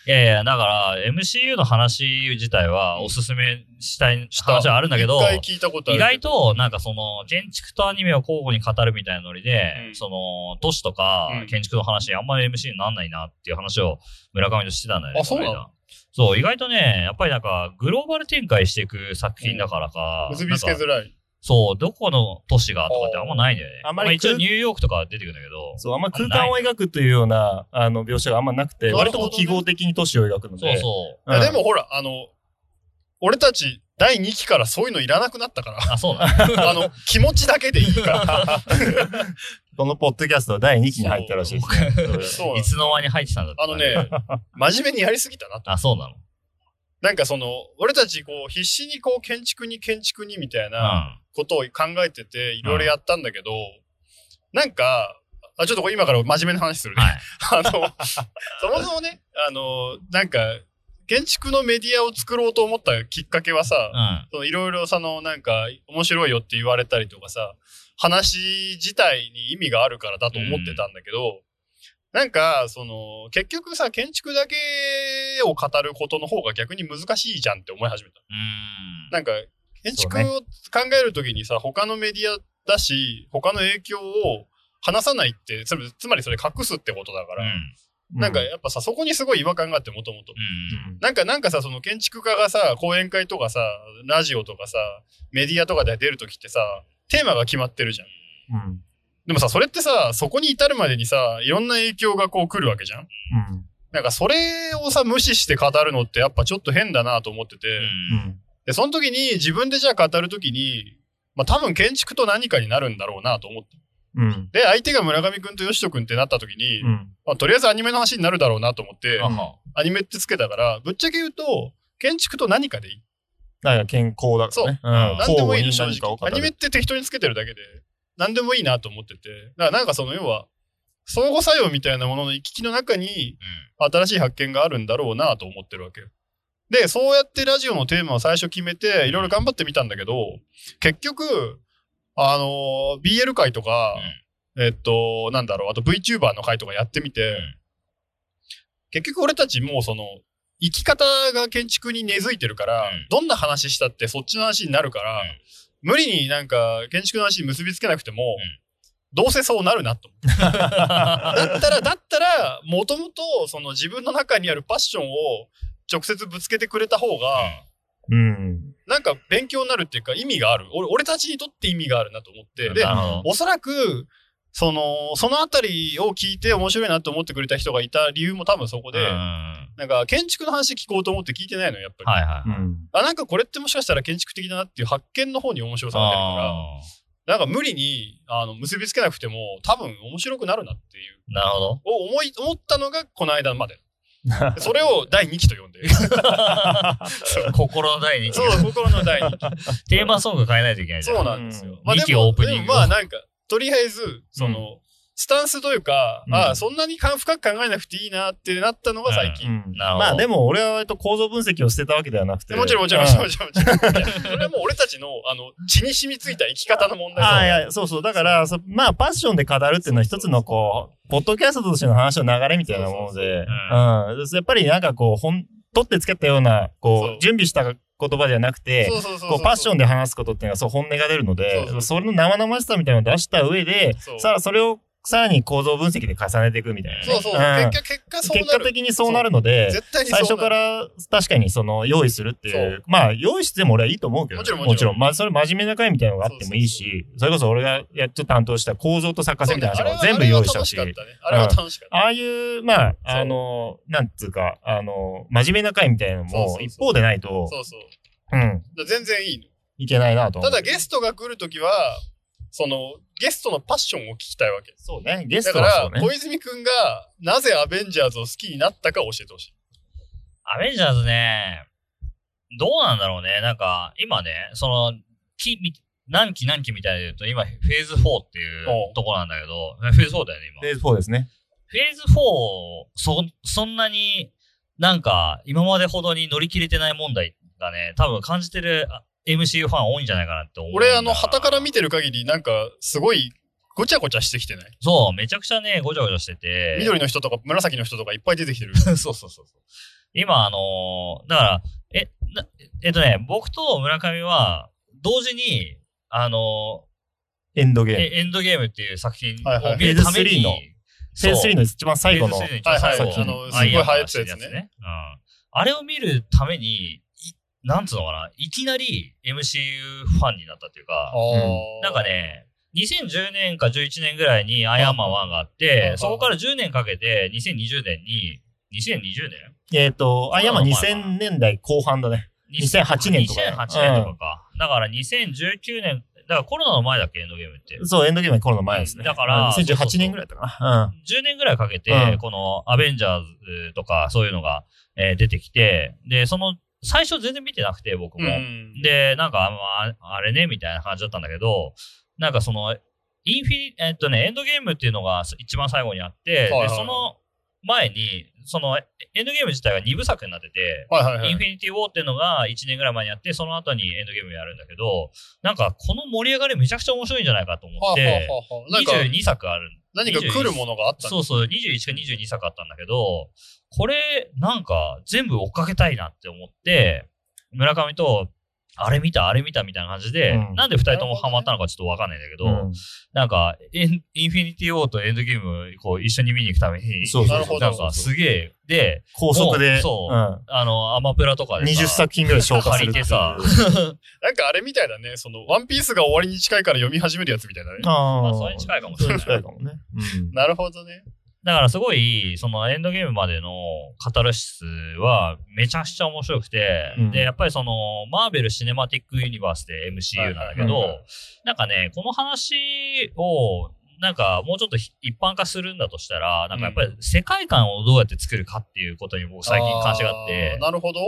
S3: いやいや、だから、MCU の話自体は、おすすめしたい話はあるんだけど
S1: 一、回聞いたことあ
S3: 意
S1: る。
S3: 外と、なんかその、建築とアニメを交互に語るみたいなノリで、
S1: うん
S3: その、都市とか
S1: うん、
S3: 建築の話にあんまり MC になんないなっていう話を村上としてたんだよね。
S1: あそうなの
S3: こ間そう、意外とね、やっぱりなんか、グローバル展開していく作品だからか、
S1: 結びつけ
S3: なんか
S1: づらい。
S3: そう、どこの都市がとかってあんまないんだよね。
S2: あ
S3: あ
S2: あまり
S3: 一応ニューヨークとかは出てくるんだけど、
S2: そう、あんま空間を描くというような、あの、描写があんまなくて、
S1: なる
S2: 割
S1: ほどね
S2: と記号的に都市を描くの
S3: そう
S2: で。
S3: そう。
S2: うん
S1: でも、ほら、あの、俺たち第2期からそういうのいらなくなったから、
S3: あ、そうなの
S1: あの、気持ちだけでいいから。
S2: このポッドキャストは第2期に入ったらしいですね。
S1: そう
S3: いつの間に入ってたんだって
S1: あのね、真面目にやりすぎたなと。
S3: あ、そうなの。
S1: なんかその、俺たちこう、必死にこう、建築に建築にみたいな、ことを考えてて、いろいろやったんだけど、なんか、あちょっとこれ今から真面目な話する
S3: うん。
S1: ね。
S3: は い。
S1: あの、そもそもね、あの、なんか、建築のメディアを作ろうと思ったきっかけはさ、
S3: うん。
S1: そのいろいろそのなんか面白いよって言われたりとかさ、話自体に意味があるからだと思ってたんだけど、なんか、その、結局さ、建築だけを語ることの方が逆に難しいじゃんって思い始めた。
S3: うん。
S1: なんか、建築
S2: そうね
S1: を考えるときにさ、他のメディアだし、他の影響を話さないって、つまりつまりそれ隠すってことだか
S3: う
S1: ら、
S3: ん
S1: なんかやっぱさ、そこにすごい違和感があって、もともと。
S3: うん。
S1: なんか、なんかさ、その建築家がさ、講演会とかさ、ラジオとかさ、メディアとかで出るときってさ、テーマが決まってるじゃん。
S2: うん、うん。
S1: でもさ、それってさ、そこに至るまでにさ、いろんな影響がこう来るわけじゃん。
S2: うん。
S1: なんか、それをさ、無視して語るのってやっぱちょっと変だなと思ってて、
S3: うん
S2: うん。
S1: で、その時に自分でじゃあ語る時に、まあ多分建築と何かになるんだろうなと思って。
S2: うん。
S1: で、相手が村上くんと吉人くんってなった時に、
S2: うん。
S1: まあ、とりあえずアニメの話になるだろうなと思って、
S3: あは
S1: アニメってつけたから、ぶっちゃけ言うと、建築と何かでいい。
S2: だから健康だからね。うん
S1: 何でもいいの、正
S2: 交互に何か
S1: 直
S2: を。語
S1: ア
S2: る
S1: ニメって適当につけてるだけで、何でもいいなと思ってて。だからなんかその要は、相互作用みたいなものの行き来の中に、新しい発見があるんだろうなと思ってるわけよ。で、そうやってラジオのテーマを最初決めて、いろいろ頑張ってみたんだけど、結局、あのー BL 会とか、えっと、なんだろう、あと VTuber の会とかやってみて、
S3: ん
S1: 結局俺たちもうその、生き方が建築に根付いてるから、
S3: うん
S1: どんな話したってそっちの話になるから、
S3: うん
S1: 無理になんか建築の話に結びつけなくても、
S3: ん
S1: どうせそうなるなと 思ってだったらだったらもともとその自分の中にあるパッションを直接ぶつけてくれた方が、
S2: うん。
S1: なんか勉強になるっていうか意味がある俺俺たちにとって意味があるなと思って で
S3: なるほど
S1: おそらくそのそのあたりを聞いて面白いなと思ってくれた人がいた理由も多分そこで、
S3: うんは
S1: なんか建築の話聞こうと思って聞いてないのよやっぱり、
S3: いはい。
S2: うん。
S1: あなんかこれってもしかしたら建築的だなっていう発見の方に面白さが出るか
S3: あ
S1: らなんか無理にあの結びつけなくても多分面白くなるなっていう
S3: ーなるほど。
S1: を思い思ったのがこの間まで それを第2期と呼んで
S3: 心の第二期
S1: そう心の第2期
S3: テーマソング変えないといけないじゃん。
S1: そうなんですよ。
S2: うん
S1: まあ、
S3: 二期
S1: でも
S3: オープニング
S1: でもまあなんか、とりあえず、その、スタンスというか、
S2: うん
S1: ああ、そんなにか深く考えなくていいなってなったのが最近。
S3: なるほど
S2: まあでも俺は割と構造分析を捨てたわけではなくて。
S1: もちろん、もちろん、
S2: う
S1: もちろん、もちろん。もちろんいやそれはもう俺たちの、あの、血に染みついた生き方の問題
S2: ああ、い
S1: だ
S2: や、そうそう。だから、そまあ、パッションで語るっていうのは一つの、こう、ポッドキャストとしての話の流れみたいなもので、うん。やっぱりなんかこう、ほん、取ってつけたような、
S1: そ
S2: こ
S1: う
S2: う、準備した言葉じゃなくて、
S1: そうそうそうそ
S2: こ
S1: う。
S2: うパッション
S1: ン
S2: で話すことっていうのはそう本音が出るの
S1: そうそう
S2: で、それの生々しさみたいなのを出した上で
S1: そう、
S2: さあそれをさらに構造分析で重ねていくみたいなね。
S1: そうそう。
S2: ん
S1: 結果、結果そう
S2: 結
S1: な
S2: 果
S1: る。
S2: 的にそうなるので、
S1: 絶対にそうな
S2: 最
S1: る。
S2: 初から確かにその用意するっていう、まあ用意しても俺はいいと思うけどね、
S1: もちろんもちろん
S2: まあそれ真面目な回みたいなのがあってもいいし、それこそ俺がやっと担当した構造と作家
S1: そ
S2: 性
S1: う
S2: み
S1: ね、
S2: たい
S1: あれ
S2: な話
S1: は
S2: も全部用意した
S1: あ
S2: し、
S1: れは楽しかったね。あれは楽しかった。
S2: ああいう、まあ、
S1: そう
S2: あの、なんつうか、あの、真面目な回みたいなの
S1: そうそう
S2: も
S1: そう
S2: 一方でないと、
S1: そうそう。
S2: うん、
S1: だから全然いい
S2: いけないなと
S1: の。
S2: 思
S1: た
S2: う。
S1: だ、ゲストが来るときは、その、ゲストのパッションを聞きたいわけ。
S2: そうね、ゲ
S1: だ
S2: スト
S1: か
S2: はそう
S1: ら、
S2: ね。
S1: 小泉くんがなぜアベンジャーズを好きになったか教えてほしい。
S3: アベンジャーズね、どうなんだろうね。なんか、今ね、その、期み何期何期みたいで言うと、今、フェーズ4っていう
S1: おう
S3: ところなんだけど、フェーズ4だよね、今。
S2: でそうですね。
S3: フェーズ4を、そ、そんなになんか今までほどに乗り切れてない問題がね、多分感じてるあ MCU ファン多いんじゃないかなって思う。
S1: 俺、あの、旗から
S3: 見
S1: 見てる限り、なんか、すごい、ごちゃごちゃしてきてない。
S3: そう、めちゃくちゃね、ごちゃごちゃしてて。
S1: 緑の人とか、紫の人とかいっぱい出てきてる。
S3: そうそうそうそう。今、あのーだから、え、なえっとね、僕と村上は、同時に、あの
S2: エンドゲ
S3: ー
S2: ーム。
S3: えエンドゲームっていう作品
S1: はいはい
S3: を見るため
S2: フェーズ3
S3: に、
S2: の
S3: そ
S2: セ
S3: う
S2: ンス3の一番最後の
S3: フェー。ズ3
S1: はいはい
S3: 最後
S2: あ
S1: の
S3: アイアン
S1: すごい流行ってたやつね
S3: マンのうん。あれを見るために、いなんつうのかな、いきなり MCU ファンになったっていうか、
S1: ー
S3: なんか、ね、2010年か11年ぐらいにアイアンマン1があって
S1: あ、
S3: そこから10年かけて2020年に、2020年
S2: えっ、と、あ、いや、まあ
S3: まあまあまあ
S2: 2000年代後半だね。2008年とか
S3: 2008年とかか。だから2019年、だからコロナの前だっけ、エンドゲームって。
S2: そう、エンドゲームはコロナ前ですね。
S3: だから
S2: うん2018年ぐらいだったかな。
S3: 10年ぐらいかけて、
S2: うん
S3: このアベンジャーズとかそういうのが、えー出てきて、で、その、最初全然見てなくて、僕
S1: う
S3: も。
S1: ん。
S3: で、なんか、あああれね、みたいな感じだったんだけど、なんかその、インフィニ、えっとね、エンドゲームっていうのが一番最後にあって、
S1: はいはい
S3: で、その前に、その、エンドゲーム自体が2部作になってて、
S1: はいはいは
S3: インフ
S1: い。
S3: ィニティ・ウォーっていうのが1年ぐらい前にやって、その後にエンドゲームやるんだけど、なんかこの盛り上がりめちゃくちゃ面白いんじゃないかと思
S1: はあは
S3: って、
S1: あはあなんか、
S3: 22作ある。
S1: 何か来るものがあった
S3: そうそう、21か22作あったんだけど、これなんか全部追っかけたいなって思って、村上と、あれ見た、あれ見たみたいな感じで、
S2: うん
S3: なんで2人ともハマったのかちょっとわかんないんだけど、
S2: うん。
S3: なんかエン、インフィニティ・ウォーとエンドゲームこう一緒に見に行くために、
S2: そうそうそう
S3: なんかすげえ、で、
S2: 高速
S3: も
S2: で、
S3: うそうんあの、アマプラとかでさ
S2: 20作品ぐらい消化するっていう。
S3: 借り
S1: なんかあれみたいだね。その、ワンピースが終わりに近いから読み始めるやつみたいだね。
S2: あー
S3: まあそれに近いかもし
S2: そ
S3: れ
S2: れ
S3: ない
S2: に近いかもね。うん
S1: なるほどね。
S3: だからすごい、そのエンドゲームまでのカタルシスはめちゃくちゃ面白くて、
S2: うん
S3: で、やっぱりその、マーベル・シネマティック・ユニバースで MCU なんだけど、
S1: はいはいはいはい
S3: なんかね、この話を、なんかもうちょっとひ一般化するんだとしたら、なんかやっぱり世界観をどうやって作るかっていうことに僕最近関心があって
S1: ー、なるほど。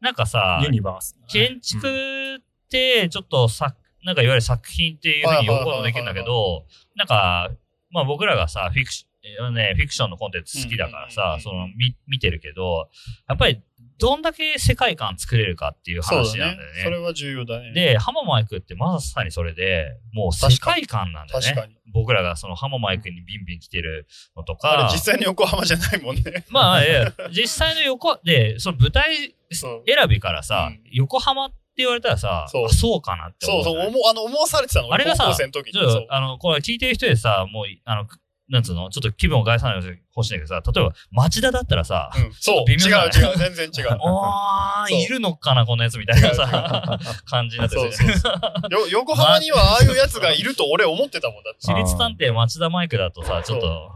S3: なんかさ、
S2: ユニバース。
S3: 建築ってちょっと作、なんかいわゆる作品っていうふうに呼ぶこともできるんだけど、なんか、まあ僕らがさ、フィクション、ね、フィクションのコンテンツ好きだからさ、
S1: う
S3: そ
S1: んうんうん
S3: の、み、見てるけど、やっぱり、どんだけ世界観作れるかっていう
S1: そう
S3: 話
S1: だ
S3: なん
S1: ねそ
S3: だよ。ね。
S1: れは重要だね。
S3: で、ハママイクってまさにそれで、もう世界観なんだよ
S1: 確かに。
S3: ね。僕らがそのハママイクにビンビン来てるのと
S1: あ
S3: か
S1: れ、実、際に横浜じゃないもん ね。
S3: まあ、いや実際の横で、その舞台
S1: そう。
S3: 選びからさ、
S1: うん
S3: 横浜言われたらさ、
S1: そう
S3: あそうかなって
S1: そうそう、
S3: じゃない
S1: 思う、あの、思わされてたの、
S3: あれがさ
S1: 高校生の時に。
S3: ちょっと
S1: そう
S3: あの、これ聞いてる人でさ、もう、あの、なんつうの、ちょっと気分を害さないでほしいんだけどさ、例えば、町田だったらさ、
S1: うん、そう、違
S3: 微
S1: う
S3: 妙だね
S1: 違う、全然違 う。
S3: あ
S1: そう
S3: ー、いるのかな、このやつみたいな さ、感じになって
S1: そう
S3: て。
S1: そうそうよ横浜にはああいうやつがいると俺思ってたもんだって
S3: 私立探偵町田マイクだとさ、ちょっと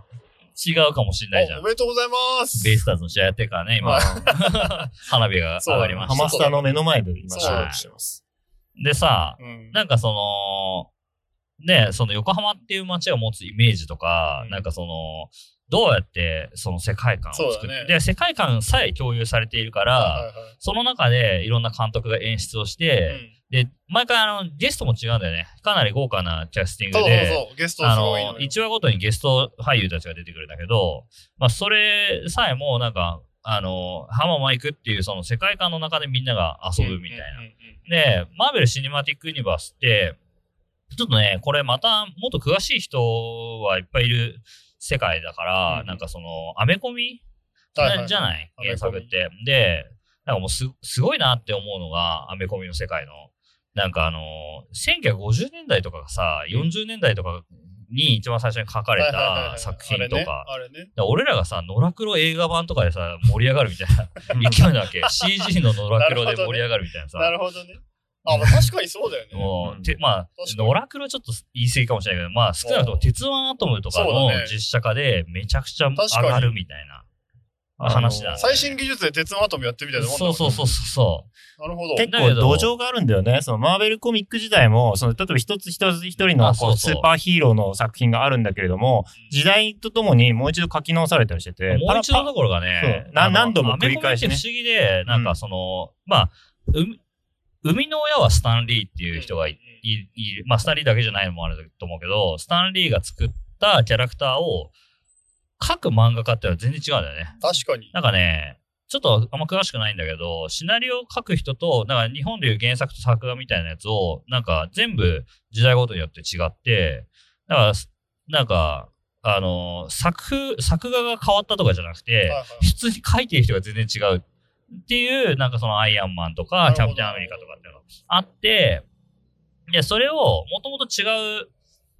S3: 違うかもしれ ないじゃ
S1: おお
S3: ん。
S1: めでとうございます
S3: ベイスターズの試合やってるからね、今。花火が上がりま
S2: ハ
S3: し
S2: マ
S3: た。
S2: スタの目の前で今
S1: そう
S2: 収録してます。
S3: でさ、
S1: うん
S3: なんかその、ね、その横浜っていう街が持つイメージとか、
S1: うん
S3: なんかその、どうやってその世界観を作っ
S1: そう
S3: て、
S1: だね
S3: で、世界観さえ共有されているから、
S1: はいはい
S3: その中でいろんな監督が演出をして、で、毎回あの、ゲストも違うんだよね。かなり豪華なキャスティン
S1: そ
S3: グ
S1: う
S3: で、
S1: そうそう、ゲストす
S3: あ
S1: ごいのよ
S3: の、1話ごとにゲスト俳優たちが出てくるんだけど、まあ、それさえも、なんか、あの、ハママイクっていうその世界観の中でみんなが遊ぶみたい
S1: うん
S3: な
S1: う。んうん
S3: で、マーベル・シネマティック・ユニバースって、ちょっとね、これまたもっと詳しい人はいっぱいいる世界だから、
S1: うん
S3: なんかその、アメコミ
S1: はいはいはい
S3: じゃない
S1: アメコミ
S3: 原作って。で、なんかもうすすごいなって思うのが、アメコミの世界の。なんかあの、1950年代とかがさ、40年代とかに一番最初に書かれ
S1: はいはいはいは
S3: た
S1: い
S3: 作品とか。
S1: あれねあれね
S3: だから俺らがさ、ノラクロ映画版とかでさ、盛り上がるみたいな 勢いなわけ。CG のノラクロで盛り上がるみたいなさ。
S1: なるほどね。あ、まあ確かにそうだよ ね。
S3: も
S2: う
S3: う、
S2: ん
S3: てまあ
S1: 確、かに
S3: ノラクロちょっと言い過ぎかもしれないけど、まあ、少なくと
S1: う
S3: も
S1: ん
S3: 鉄腕アトムとか
S1: そう
S3: の
S1: だね
S3: 実写化でめちゃくちゃ上
S1: 確かに
S3: がるみたいな話
S2: あ
S3: だね。
S2: の
S1: 最新技術で鉄腕アトムやってみたいなもんだ
S3: そうそうそうそうそ
S1: なるほど。
S2: 結
S3: だけ
S2: 構
S3: ど
S2: 土壌があるんだよね。そのマーベルコミック時代も、その例えば一つ一つ一人の
S3: あ
S2: こ
S3: そう
S2: う
S3: そう
S2: スーパーヒーローの作品があるんだけれども、時代とともにもう一度書き直されたりして
S3: う。
S2: て、
S3: もう一度
S2: パラ
S3: どころがね
S2: そう、な
S3: あの
S2: 何度も繰り返しね
S3: アメコミって不思議で、なんかその、まあ、うみ生みの親はスタンリーっていう人がい
S1: うん
S3: いいる。まあ、スタンリーだけじゃないのもあると思うけど、スタンリーが作ったキャラクターを各漫画家ってのは全然違うんだよね。
S1: 確かに。
S3: なんかね、ちょっとあんま詳しくないんだけど、シナリオを書く人と、なんか日本でいう原作と作画みたいなやつを、なんか全部時代ごとによって違って、だから、なんか、あの、作風、作画が変わったとかじゃなくて、
S1: はいはい
S3: 普通に書いてる人が全然違うっていう、なんかそのアイアンマンと
S1: な
S3: か
S1: る、ほ
S3: キ
S1: ど
S3: ャプテンアメリカとかっていうのがあって、で、それをもともと違う、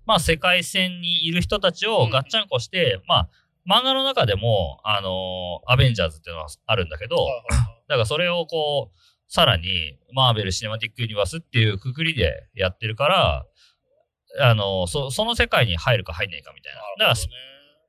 S3: まあ世界線にいる人たちをガッチャンコして、まあ漫画の中でも、あのーアベンジャーズっていうのはあるんだけど、
S1: はいはいはい
S3: だからそれをこう、さらに、マーベル・シネマティック・ユニバースっていうくくりでやってるから、あのーそ、その世界に入るか入んないかみたいな。だ
S1: な
S3: から
S1: るほど
S3: ス
S1: ね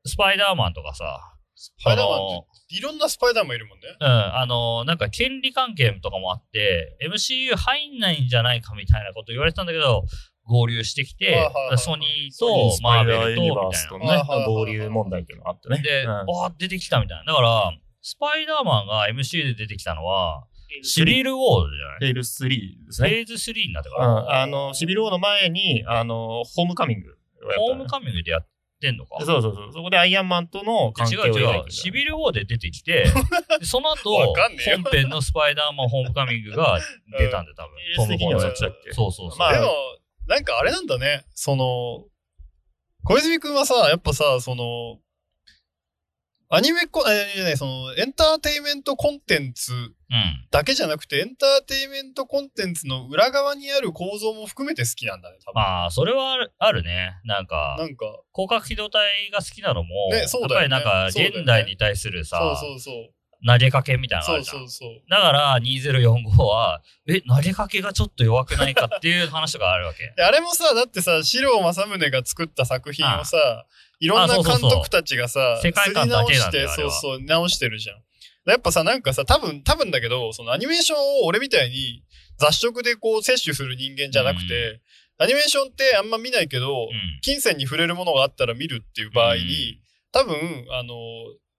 S3: スパイダーマンとかさ、
S1: スパイダー
S3: そ
S1: マン
S3: の
S1: っていろんなスパイダーマンいるもんね。
S3: うん、あのなんか権利関係とかもあって、MCU 入んないんじゃないかみたいなこと言われてたんだけど、合流してき
S1: は
S3: て、
S1: いはいはいはい
S3: ソニー
S2: パラ
S3: と
S2: ス
S3: マ
S2: パ
S3: ー
S2: イ
S3: ベ
S2: ダー
S3: ル
S2: ユ
S3: とみ
S2: ニバース
S3: た
S2: と
S3: い
S2: ね
S1: はいはいはい、
S2: 合流問題っていうのがあってね
S3: な。。で、
S2: うん
S3: ああ、出てきたみたいな。だから、スパイダーマンが MCU で出てきたのは、シビル・ウォールじゃ
S2: フェイル3です
S3: ない
S2: ね。
S3: フェーズ3になって
S2: う
S3: か
S2: ん、
S3: ら、
S2: あの、シビル王の前に、あの、ホームカミングをやったね
S3: ホームカミングでやってんのか
S2: そうそうそう。そこでアイアンマンとの関
S3: 違
S2: 係を描
S3: う
S2: いてる
S3: 違う、シビル・ウォールで出てきて、でその後、
S1: わ
S3: 本
S1: かんねえよ
S3: 編のスパイダーマン・ホームカミングが出たんで、 多分。
S2: トム・ホーンズやってたっけ
S3: そうそうそう。
S2: まあ
S1: でも、なんかあれなんだね。その、小泉くんはさ、やっぱさ、その、アニメコ、えーじゃない、その、エンターテインメントコンテンツ
S3: うん。
S1: だけじゃなくて、エンターテインメントコンテンツの裏側にある構造も含めて好きなんだね、多分。
S3: まあ、それはあるあるね。なん
S1: な
S3: か、
S1: んか、
S3: 広角機動隊が好きなのも、
S1: ねそう
S3: やっ
S1: だよ
S3: ぱ
S1: ね
S3: りなんか、
S1: そうだよね
S3: 現代に対するさ、
S1: そうそうそう。
S3: 投げかけみたいなの
S1: そ
S3: ある
S1: う
S3: じゃん。
S1: そうそう。
S3: だから、2045は、え、投げかけがちょっと弱くないかっていう話があ
S1: 。
S3: るわけ
S1: であれもさ、だってさ、四郎正宗が作った作品をさ、いろんな
S3: あそうそ
S1: 監
S3: うそう
S1: 督たちがさ、
S3: 世界観だけなんだよ
S1: 刷
S3: あ
S1: り直
S3: れ
S1: し
S3: は
S1: て、そうそう、直してるじゃん。やっぱさ、なんかさ、多分、多分だけど、そのアニメーションを俺みたいに雑食でこう摂取する人間じゃなくて、アニメーションってあんま見ないけど、
S3: うん。
S1: 金銭に触れるものがあったら見るっていう場合に、多分、あの、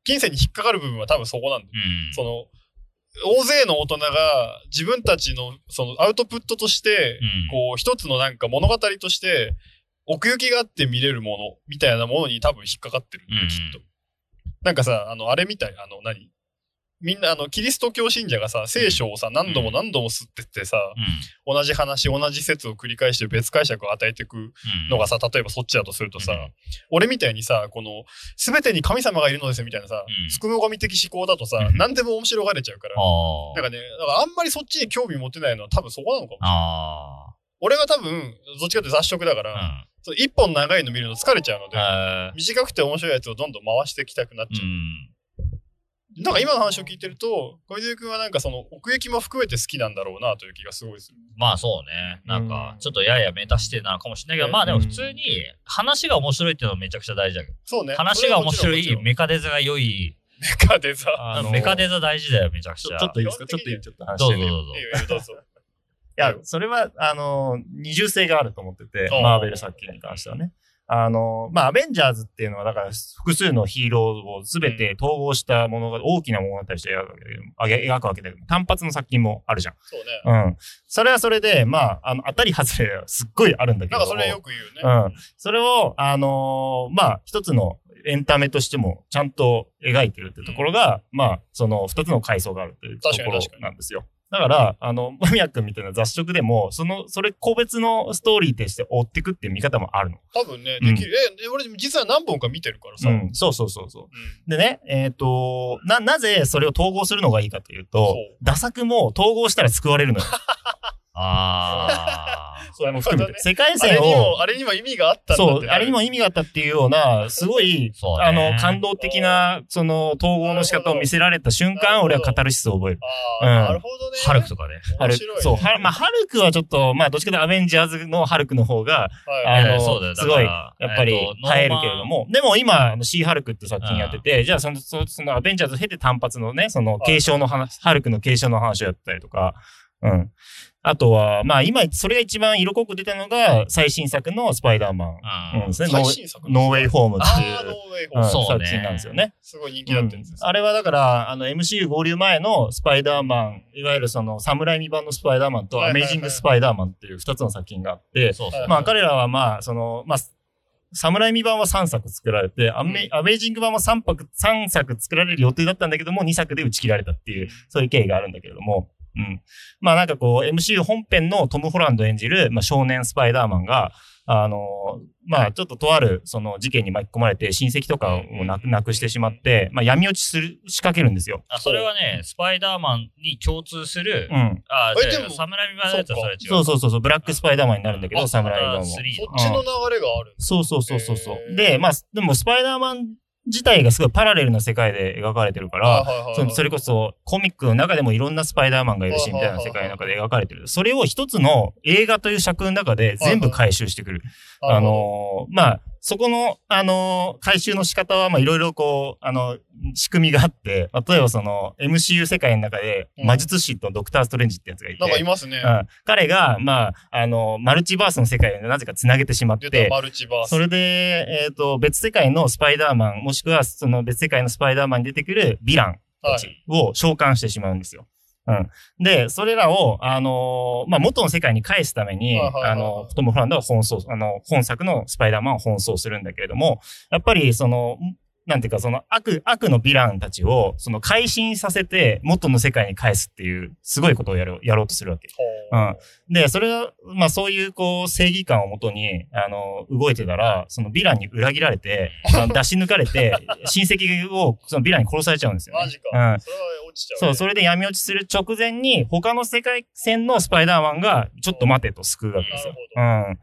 S1: 金銭に引っかかる部分は多分そこなんだよ
S3: うん。
S1: その、大勢の大人が自分たちのそのアウトプットとして、
S3: うん
S1: こう一つのなんか物語として奥行きがあって見れるものみたいなものに多分引っかかってるんだよ、
S3: うん
S1: きっと。なんかさ、あの、あれみたい、あの、何みんなあのキリスト教信者がさ聖書をさ何度も何度も吸ってってさ、同じ話同じ説を繰り返して別解釈を与えていく
S3: うん。
S1: のがさ例えばそっちだとするとさ、
S3: うん
S1: 俺みたいにさこの全てに神様がいるのですみたいなさ、
S3: うん
S1: つくも神的思考だとさ、
S3: うん
S1: 何でも面白がれちゃうから、
S3: あ
S1: なんかねだからあんまりそっちに興味持てないのは多分そこなのかも
S3: あ。あ
S1: 俺は多分どっちかって雑食だから、
S3: あ。
S1: そう一本長いの見るの疲れちゃうの
S3: う
S1: で
S3: ん。、え
S1: 短くて面白いやつをどんどん回していきたくなっちゃう
S3: ーうん。
S1: なんか今の話を聞いてると、小泉君はなんかその奥行きも含めて好きなんだろうなという気がすごいする。
S3: まあそうね。なんか
S2: う、ん
S3: ちょっとややメタしてなのかもしれないけど、
S1: うん
S3: まあでも普通に話が面白いっていうのはめちゃくちゃ大事だけど。
S1: そうね。
S3: 話が面白
S1: それ
S3: い、
S1: はもち
S3: メカデザが良い、
S1: ろん。メカでさ。
S2: あの
S3: メカデザ大事だよ、めちゃく
S2: ち
S3: ち
S2: ょ
S3: ゃ。
S2: ちょっといいですかち
S1: 基
S2: ょ
S1: 本
S2: っ
S1: 的
S2: と
S1: に
S2: ちょっと話し
S3: どう
S2: て
S3: ぞ
S2: み
S3: ど
S2: よう
S3: うぞ
S1: いい。よいいよどうぞ。
S2: いや、それは、あの、二重性があると思ってて
S1: お、ー
S2: マーベル作品に関してはね。あの、まあ、アベンジャーズっていうのは、だから、複数のヒーローをすべて統合したものが、大きな物語として描くわけだけどあげ描くわけだけど、単発の作品もあるじゃん。
S1: そうね。
S2: うん。それはそれで、まあ、あの、当たり外れはすっごいあるんだけ
S1: な
S2: ど。
S1: んかそれよく言うね。
S2: うん。それを、あのーまあ、一つのエンタメとしてもちゃんと描いてるってところが、まあ、その二つの階層があるっていうとこ
S1: 確か
S2: ろ
S1: に確かに
S2: なんですよ。だから、あの、間宮君みたいな雑食でも、その、それ個別のストーリーとして追ってくっていう見方もあるの。
S1: 多分ね、
S2: うん
S1: できる。え、え俺実は何本か見てるからさ。
S2: う
S1: うん
S2: ん。そうそうそうそう。
S1: う
S2: でね、えっ、と、な、なぜそれを統合するのがいいかというと
S1: そう、
S2: 打作も統合したら救われ るのよ。
S3: ああ。
S2: それも含め
S1: なるほどね
S2: て。世界
S1: あ
S2: 線
S1: れに
S2: を
S1: も、、あれには意味があったんだ
S2: そう、あれにも意
S1: 味
S2: 味があったっていうような、すごい、
S3: そうね
S2: あの、感動的な、その、統合の仕方を見せられた瞬
S1: なる
S2: 間、
S1: ほど
S2: 俺はカタルシスを覚える。
S1: ああ、
S2: うん
S1: なるほどね。
S3: ハルクとかね。
S2: ハル
S1: 面白いね
S2: そう、ハルまあ、ハルクはちょっと、まあ、どっちかというとアベンジャーズのハルクの方が、
S1: はい
S2: あの
S3: ええそうだよ。だから
S2: すごいやっぱり
S3: えと
S2: 耐えるけれども、でも今、あのシーハルクって作
S3: う
S2: 品
S3: ん
S2: やってて、じゃあその、そそのアベンジャーズを経て単発のね、その継承の話、ハルクの継承の話をやったりとか、うん。あとは、まあ今、それが一番色濃く出たのが、最新作のスパイダーマン。
S3: ノーマン。
S2: うん、ですね。ノ
S1: 最
S2: ー
S1: 新作
S2: ノーウェイホームってい
S1: ああ、ノー
S2: う
S1: ウェイホ
S2: うん
S1: ーム。
S3: そう
S2: 作
S3: ね
S2: 品なんですよね。
S1: すごい人気だったやつです。
S2: あれはだから、あの、MCU 合流前のスパイダーマン、いわゆるその、侍未版のスパイダーマンと、
S1: はいは
S2: ア
S1: い
S2: メ
S1: はい
S2: イジングスパイダーマンっていう二つの作品があって、
S3: そうそう。
S2: まあ、彼らはまあ、その、まあ、侍未版は3作作られて、アメ
S1: う
S2: アメイジング版も3作、三作作られる予定だったんだけども、2作で打ち切られたっていう、そういう経緯があるんだけれども、うん。まあなんかこう、MCU 本編のトム・ホランド演じる、まあ、少年スパイダーマンが、あの、まあちょっととあるその事件に巻き込まれて、親戚とかをなくなくしてしまって、まあ闇落ちする、仕掛けるんですよ。
S3: あそれはね、スパイダーマンに共通する
S2: う、ん。
S3: あ、
S1: え
S3: じゃ
S1: で
S3: あ、
S1: も
S3: 侍未版のやつはそれは違う。
S2: そうそうそうそう、ブラックスパイダーマンになるんだけど、
S1: あ
S2: 侍
S3: ま
S2: が
S3: た
S2: も。
S3: 3
S1: そ
S3: の
S1: っちの流れがある。
S2: そうそうそうそうそう。
S1: へー
S2: で、まあ、でもスパイダーマン自体がすごいパラレルな世界で描かれてるから、
S1: はいはいはい
S2: そのそれこそコミックの中でもいろんなスパイダーマンがいるし、
S1: はい
S2: み
S1: は
S2: た
S1: いはい
S2: いな世界の中で描かれてる。それを一つの映画という尺の中で全部回収してくる。あのーまあ、そこの、あのー回収の仕方は、まあ、いろいろこう、あの、仕組みがあって、例えばその、MCU 世界の中で、
S1: うん
S2: 魔術師とドクター・ストレンジってやつがいて、
S1: なんかいますね。
S2: うん彼が、まあ、あの、マルチバースの世界でなぜか繋げてしまっ
S1: 出
S2: て、
S1: たマルチバース。
S2: それで、えっ、と、別世界のスパイダーマン、もしくはその別世界のスパイダーマンに出てくるヴィラン
S1: は
S2: た
S1: い
S2: ちを召喚してしまうんですよ。うん。で、それらを、あのーまあ、元の世界に返すために、
S1: はいはいはい
S2: あの、トム・ホランドは奔走、あの、本作のスパイダーマンを奔走するんだけれども、やっぱり、その、なんていうか、その悪、悪のヴィランたちを、その、改心させて、元の世界に返すっていう、すごいことをやろう、やろうとするわけ。
S1: ほう
S2: うんで、それは、まあそういうこう正義感をもとに、あの、動いてたら、そのヴィランに裏切ら れて、あの出し抜かれて、親戚をそのヴィランに殺されちゃうんですよ、ね。
S1: マジか。
S2: うん。
S1: それは落ちちゃうね。
S2: そう、それで闇落ちする直前に、他の世界線のスパイダーマンが、ちょっと待てと救うわけですよ。
S1: う
S2: うん。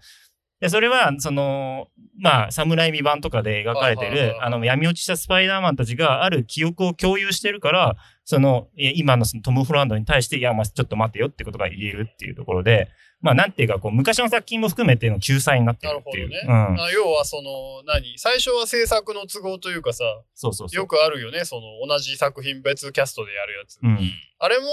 S2: で、それは、その、まあ、侍未版とかで描かれて
S1: はいはいはい
S2: る、あの、闇落ちしたスパイダーマンたちがある記憶を共有してるから、その、え今のそのトム・フランドに対して、いや、まあ、ちょっと待てよってことが言えるっていうところで、まあ、なんていうか、こう、昔の作品も含めての救済になって
S1: な
S2: る
S1: る
S2: っ
S1: ほ
S2: てい
S1: ど
S2: う。
S1: ね。
S2: うん。
S1: あ要はその、何最初は制作の都合というかさ、
S2: そうそうそう。
S1: よくあるよね。その同じ作品別キャストでやるやつ。
S2: うん。
S1: あれも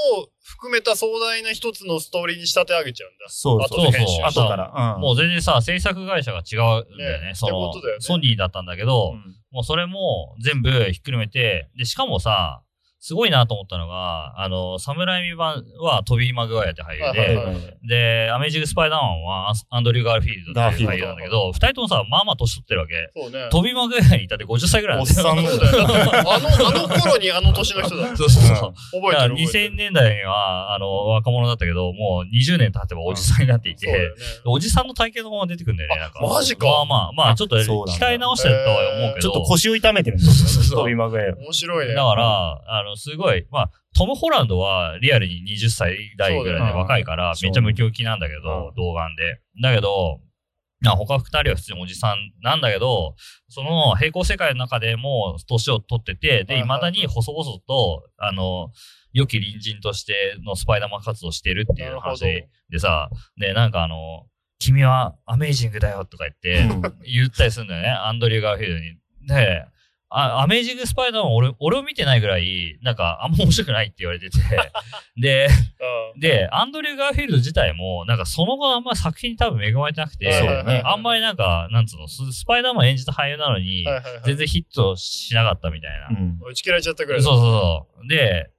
S1: 含めた壮大な一つのストーリーに仕立て上げちゃうんだ。
S2: そうそう。
S1: 後で
S3: そう
S1: 編集
S3: そう
S1: して
S2: 後から。うん。
S3: もう全然さ、制作会社が違うんだよね。
S1: ね
S3: そ
S1: ってこ
S3: の
S1: とだよね
S3: ソニーだったんだけど、
S2: うん
S3: もうそれも全部ひっくるめて、で、しかもさ、すごいなと思ったのが、あの、サムライミ版はトビー・マグワイアって俳優で、
S1: はいはいはい
S3: で、アメージング・スパイダーマンはアンアンドリュー・ガールフィールドっていう俳優なんだけど、二人ともさ、まあまあ年取ってるわけ。
S1: そうね。
S3: トビー・マグワイアに至って50歳ぐらいなんですよ。
S2: おっさん
S1: そうだよだってあの、あの頃にあの年の人だ。覚
S3: そうそうそ
S1: え
S3: う。だ
S1: て
S3: から
S1: る覚えて
S3: 2000
S1: る。
S3: 年代には、あの、若者だったけど、もう20年経てばおじさんになっていて、
S1: そうだよね。
S3: おじさんの体型のまま出てくるんだよね、なんか。
S1: あマジか
S3: まあまあ、まあ、ちょっと
S2: そうなんだ
S3: 鍛え直してるとは思うけど。
S2: ちょっと腰を痛めてるんです
S3: そうそう
S2: よ、
S3: そう
S2: 飛びまぐれを。
S1: 面白いね。
S3: だから、あの、すごい、まあ、トム・ホランドはリアルに20歳代ぐらいで若いから、
S2: そうだよね
S3: めっちゃムキムキなんだけど、童顔で。だけど、な他二人は普通におじさんなんだけど、その平行世界の中でもう年を取ってて、で、
S1: はいはいはい
S3: 未だに細々と、あの、良き隣人としてのスパイダーマン活動してるってい
S1: な
S3: う
S1: るほど
S3: 話でさ、で、なんかあの、君はアメイジングだよとか言って、言ったりするんだよね、アンドリュー・ガーフィールドに。で、あアメージング・スパイダーマン俺、俺を見てないぐらい、なんか、あんま面白くないって言われ てて。で、
S1: うん、
S3: で、アンドリュー・ガーフィールド自体も、なんか、その後あんま作品に多分恵まれてなくて、
S1: はい
S2: はいはい
S3: あんまりなんか、なんつうの、ススパイダーマン演じた俳優なのに、
S1: はいはいはい
S3: 全然ヒットしなかったみたいな。
S2: うん
S1: 打ち切られちゃったぐらいだ。
S3: そうそうそう。で、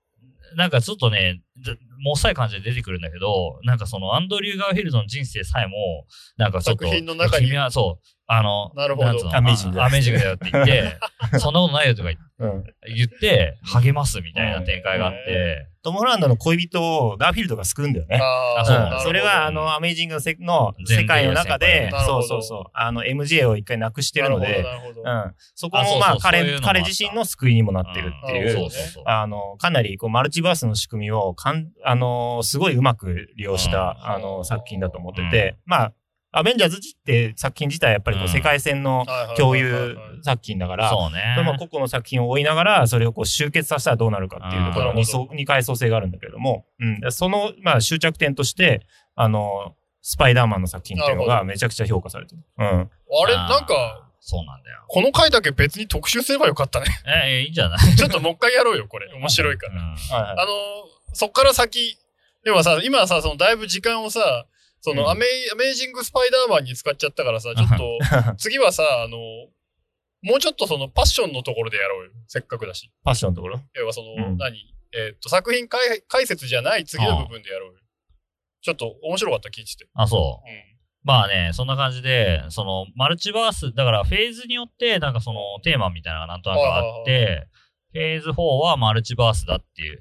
S3: なんかちょっとね、ずもっさい感じで出てくるんだけど、なんかそのアンドリュー・ガーフィールドの人生さえも、なんかちょっと、
S1: 作品の中に
S3: 君はそう、あの、
S1: なるほど
S3: んつうの
S2: アメージングだ
S3: あアメージングだよって言 って、そんなことないよとか言って
S2: うん
S3: 言って、励ますみたいな展開があって、
S2: トム・ホランドの恋人をガーフィールドが救うんだよね。
S1: あー
S3: あそう
S1: なる
S3: な
S1: ほ
S3: ん
S1: ど
S2: それは、あの、アメージングのせの世界の中
S1: 全米
S2: で
S1: の先輩、
S2: そうそうそう、あの、MJ を一回なくしてるので、
S1: なるほど
S2: う
S1: なる
S2: ん、そこ
S3: あそう
S2: も
S3: そう
S2: まあ、
S3: そういう
S2: 彼
S3: のもあった
S2: 彼自身の救いにもなってるってい
S1: ん
S2: う、
S3: そうそうそう。
S2: あの、かなり、こう、マルチバースの仕組みを、かん、あの、すごいうまく利用した、
S1: うん
S2: あの、作品だと思ってて、まあ、アベンジャーズって作品自体、やっぱりこ
S3: う
S2: う、
S3: ん
S2: 世界線の
S1: ほどはいはいはいはい
S2: 共有作品だから、
S3: そう
S2: それも
S3: ね。
S2: 個々の作品を追いながら、それをこう集結させたらどうなるかっていうところ
S1: う
S2: の
S1: ん
S2: 二層二階層性があるんだけれども、うん、その、まあ、終着点として、あの、スパイダーマンの作品っていう
S1: な
S2: の
S1: るほ
S2: がめちゃくちゃ評価されてる。うん。
S1: あれ、
S3: ー
S1: なんか、、
S3: そうなんだよ。
S1: この回だけ別に特集すればよかったね。
S3: え、えいいんじゃない
S1: ちょっともう一回やろうよ、これ。面白いから。
S3: うん
S2: はいは
S1: あ
S2: い。
S1: のー、そっから先、でもさ、今さ、そのだいぶ時間をさ、その
S3: うん
S1: アメイ、アメージングスパイダーマンに使っちゃったからさ、ちょっと、 次はさ、あのー、もうちょっとそのパッションのところでやろうよ。せっかくだし。
S2: パッションのところ。
S1: 要はその、
S2: うん
S1: 何えーっと、作品解解説じゃない次の部分でやろうよ。ちょっと面白かった、聞いてて。
S3: あ、そう。
S1: うん。
S3: まあね、そんな感じで、そのマルチバース、だからフェーズによって、なんかそのテーマみたいなのがなんとなくあっ
S1: は
S3: て、フェーズ4はマルチバースだっていう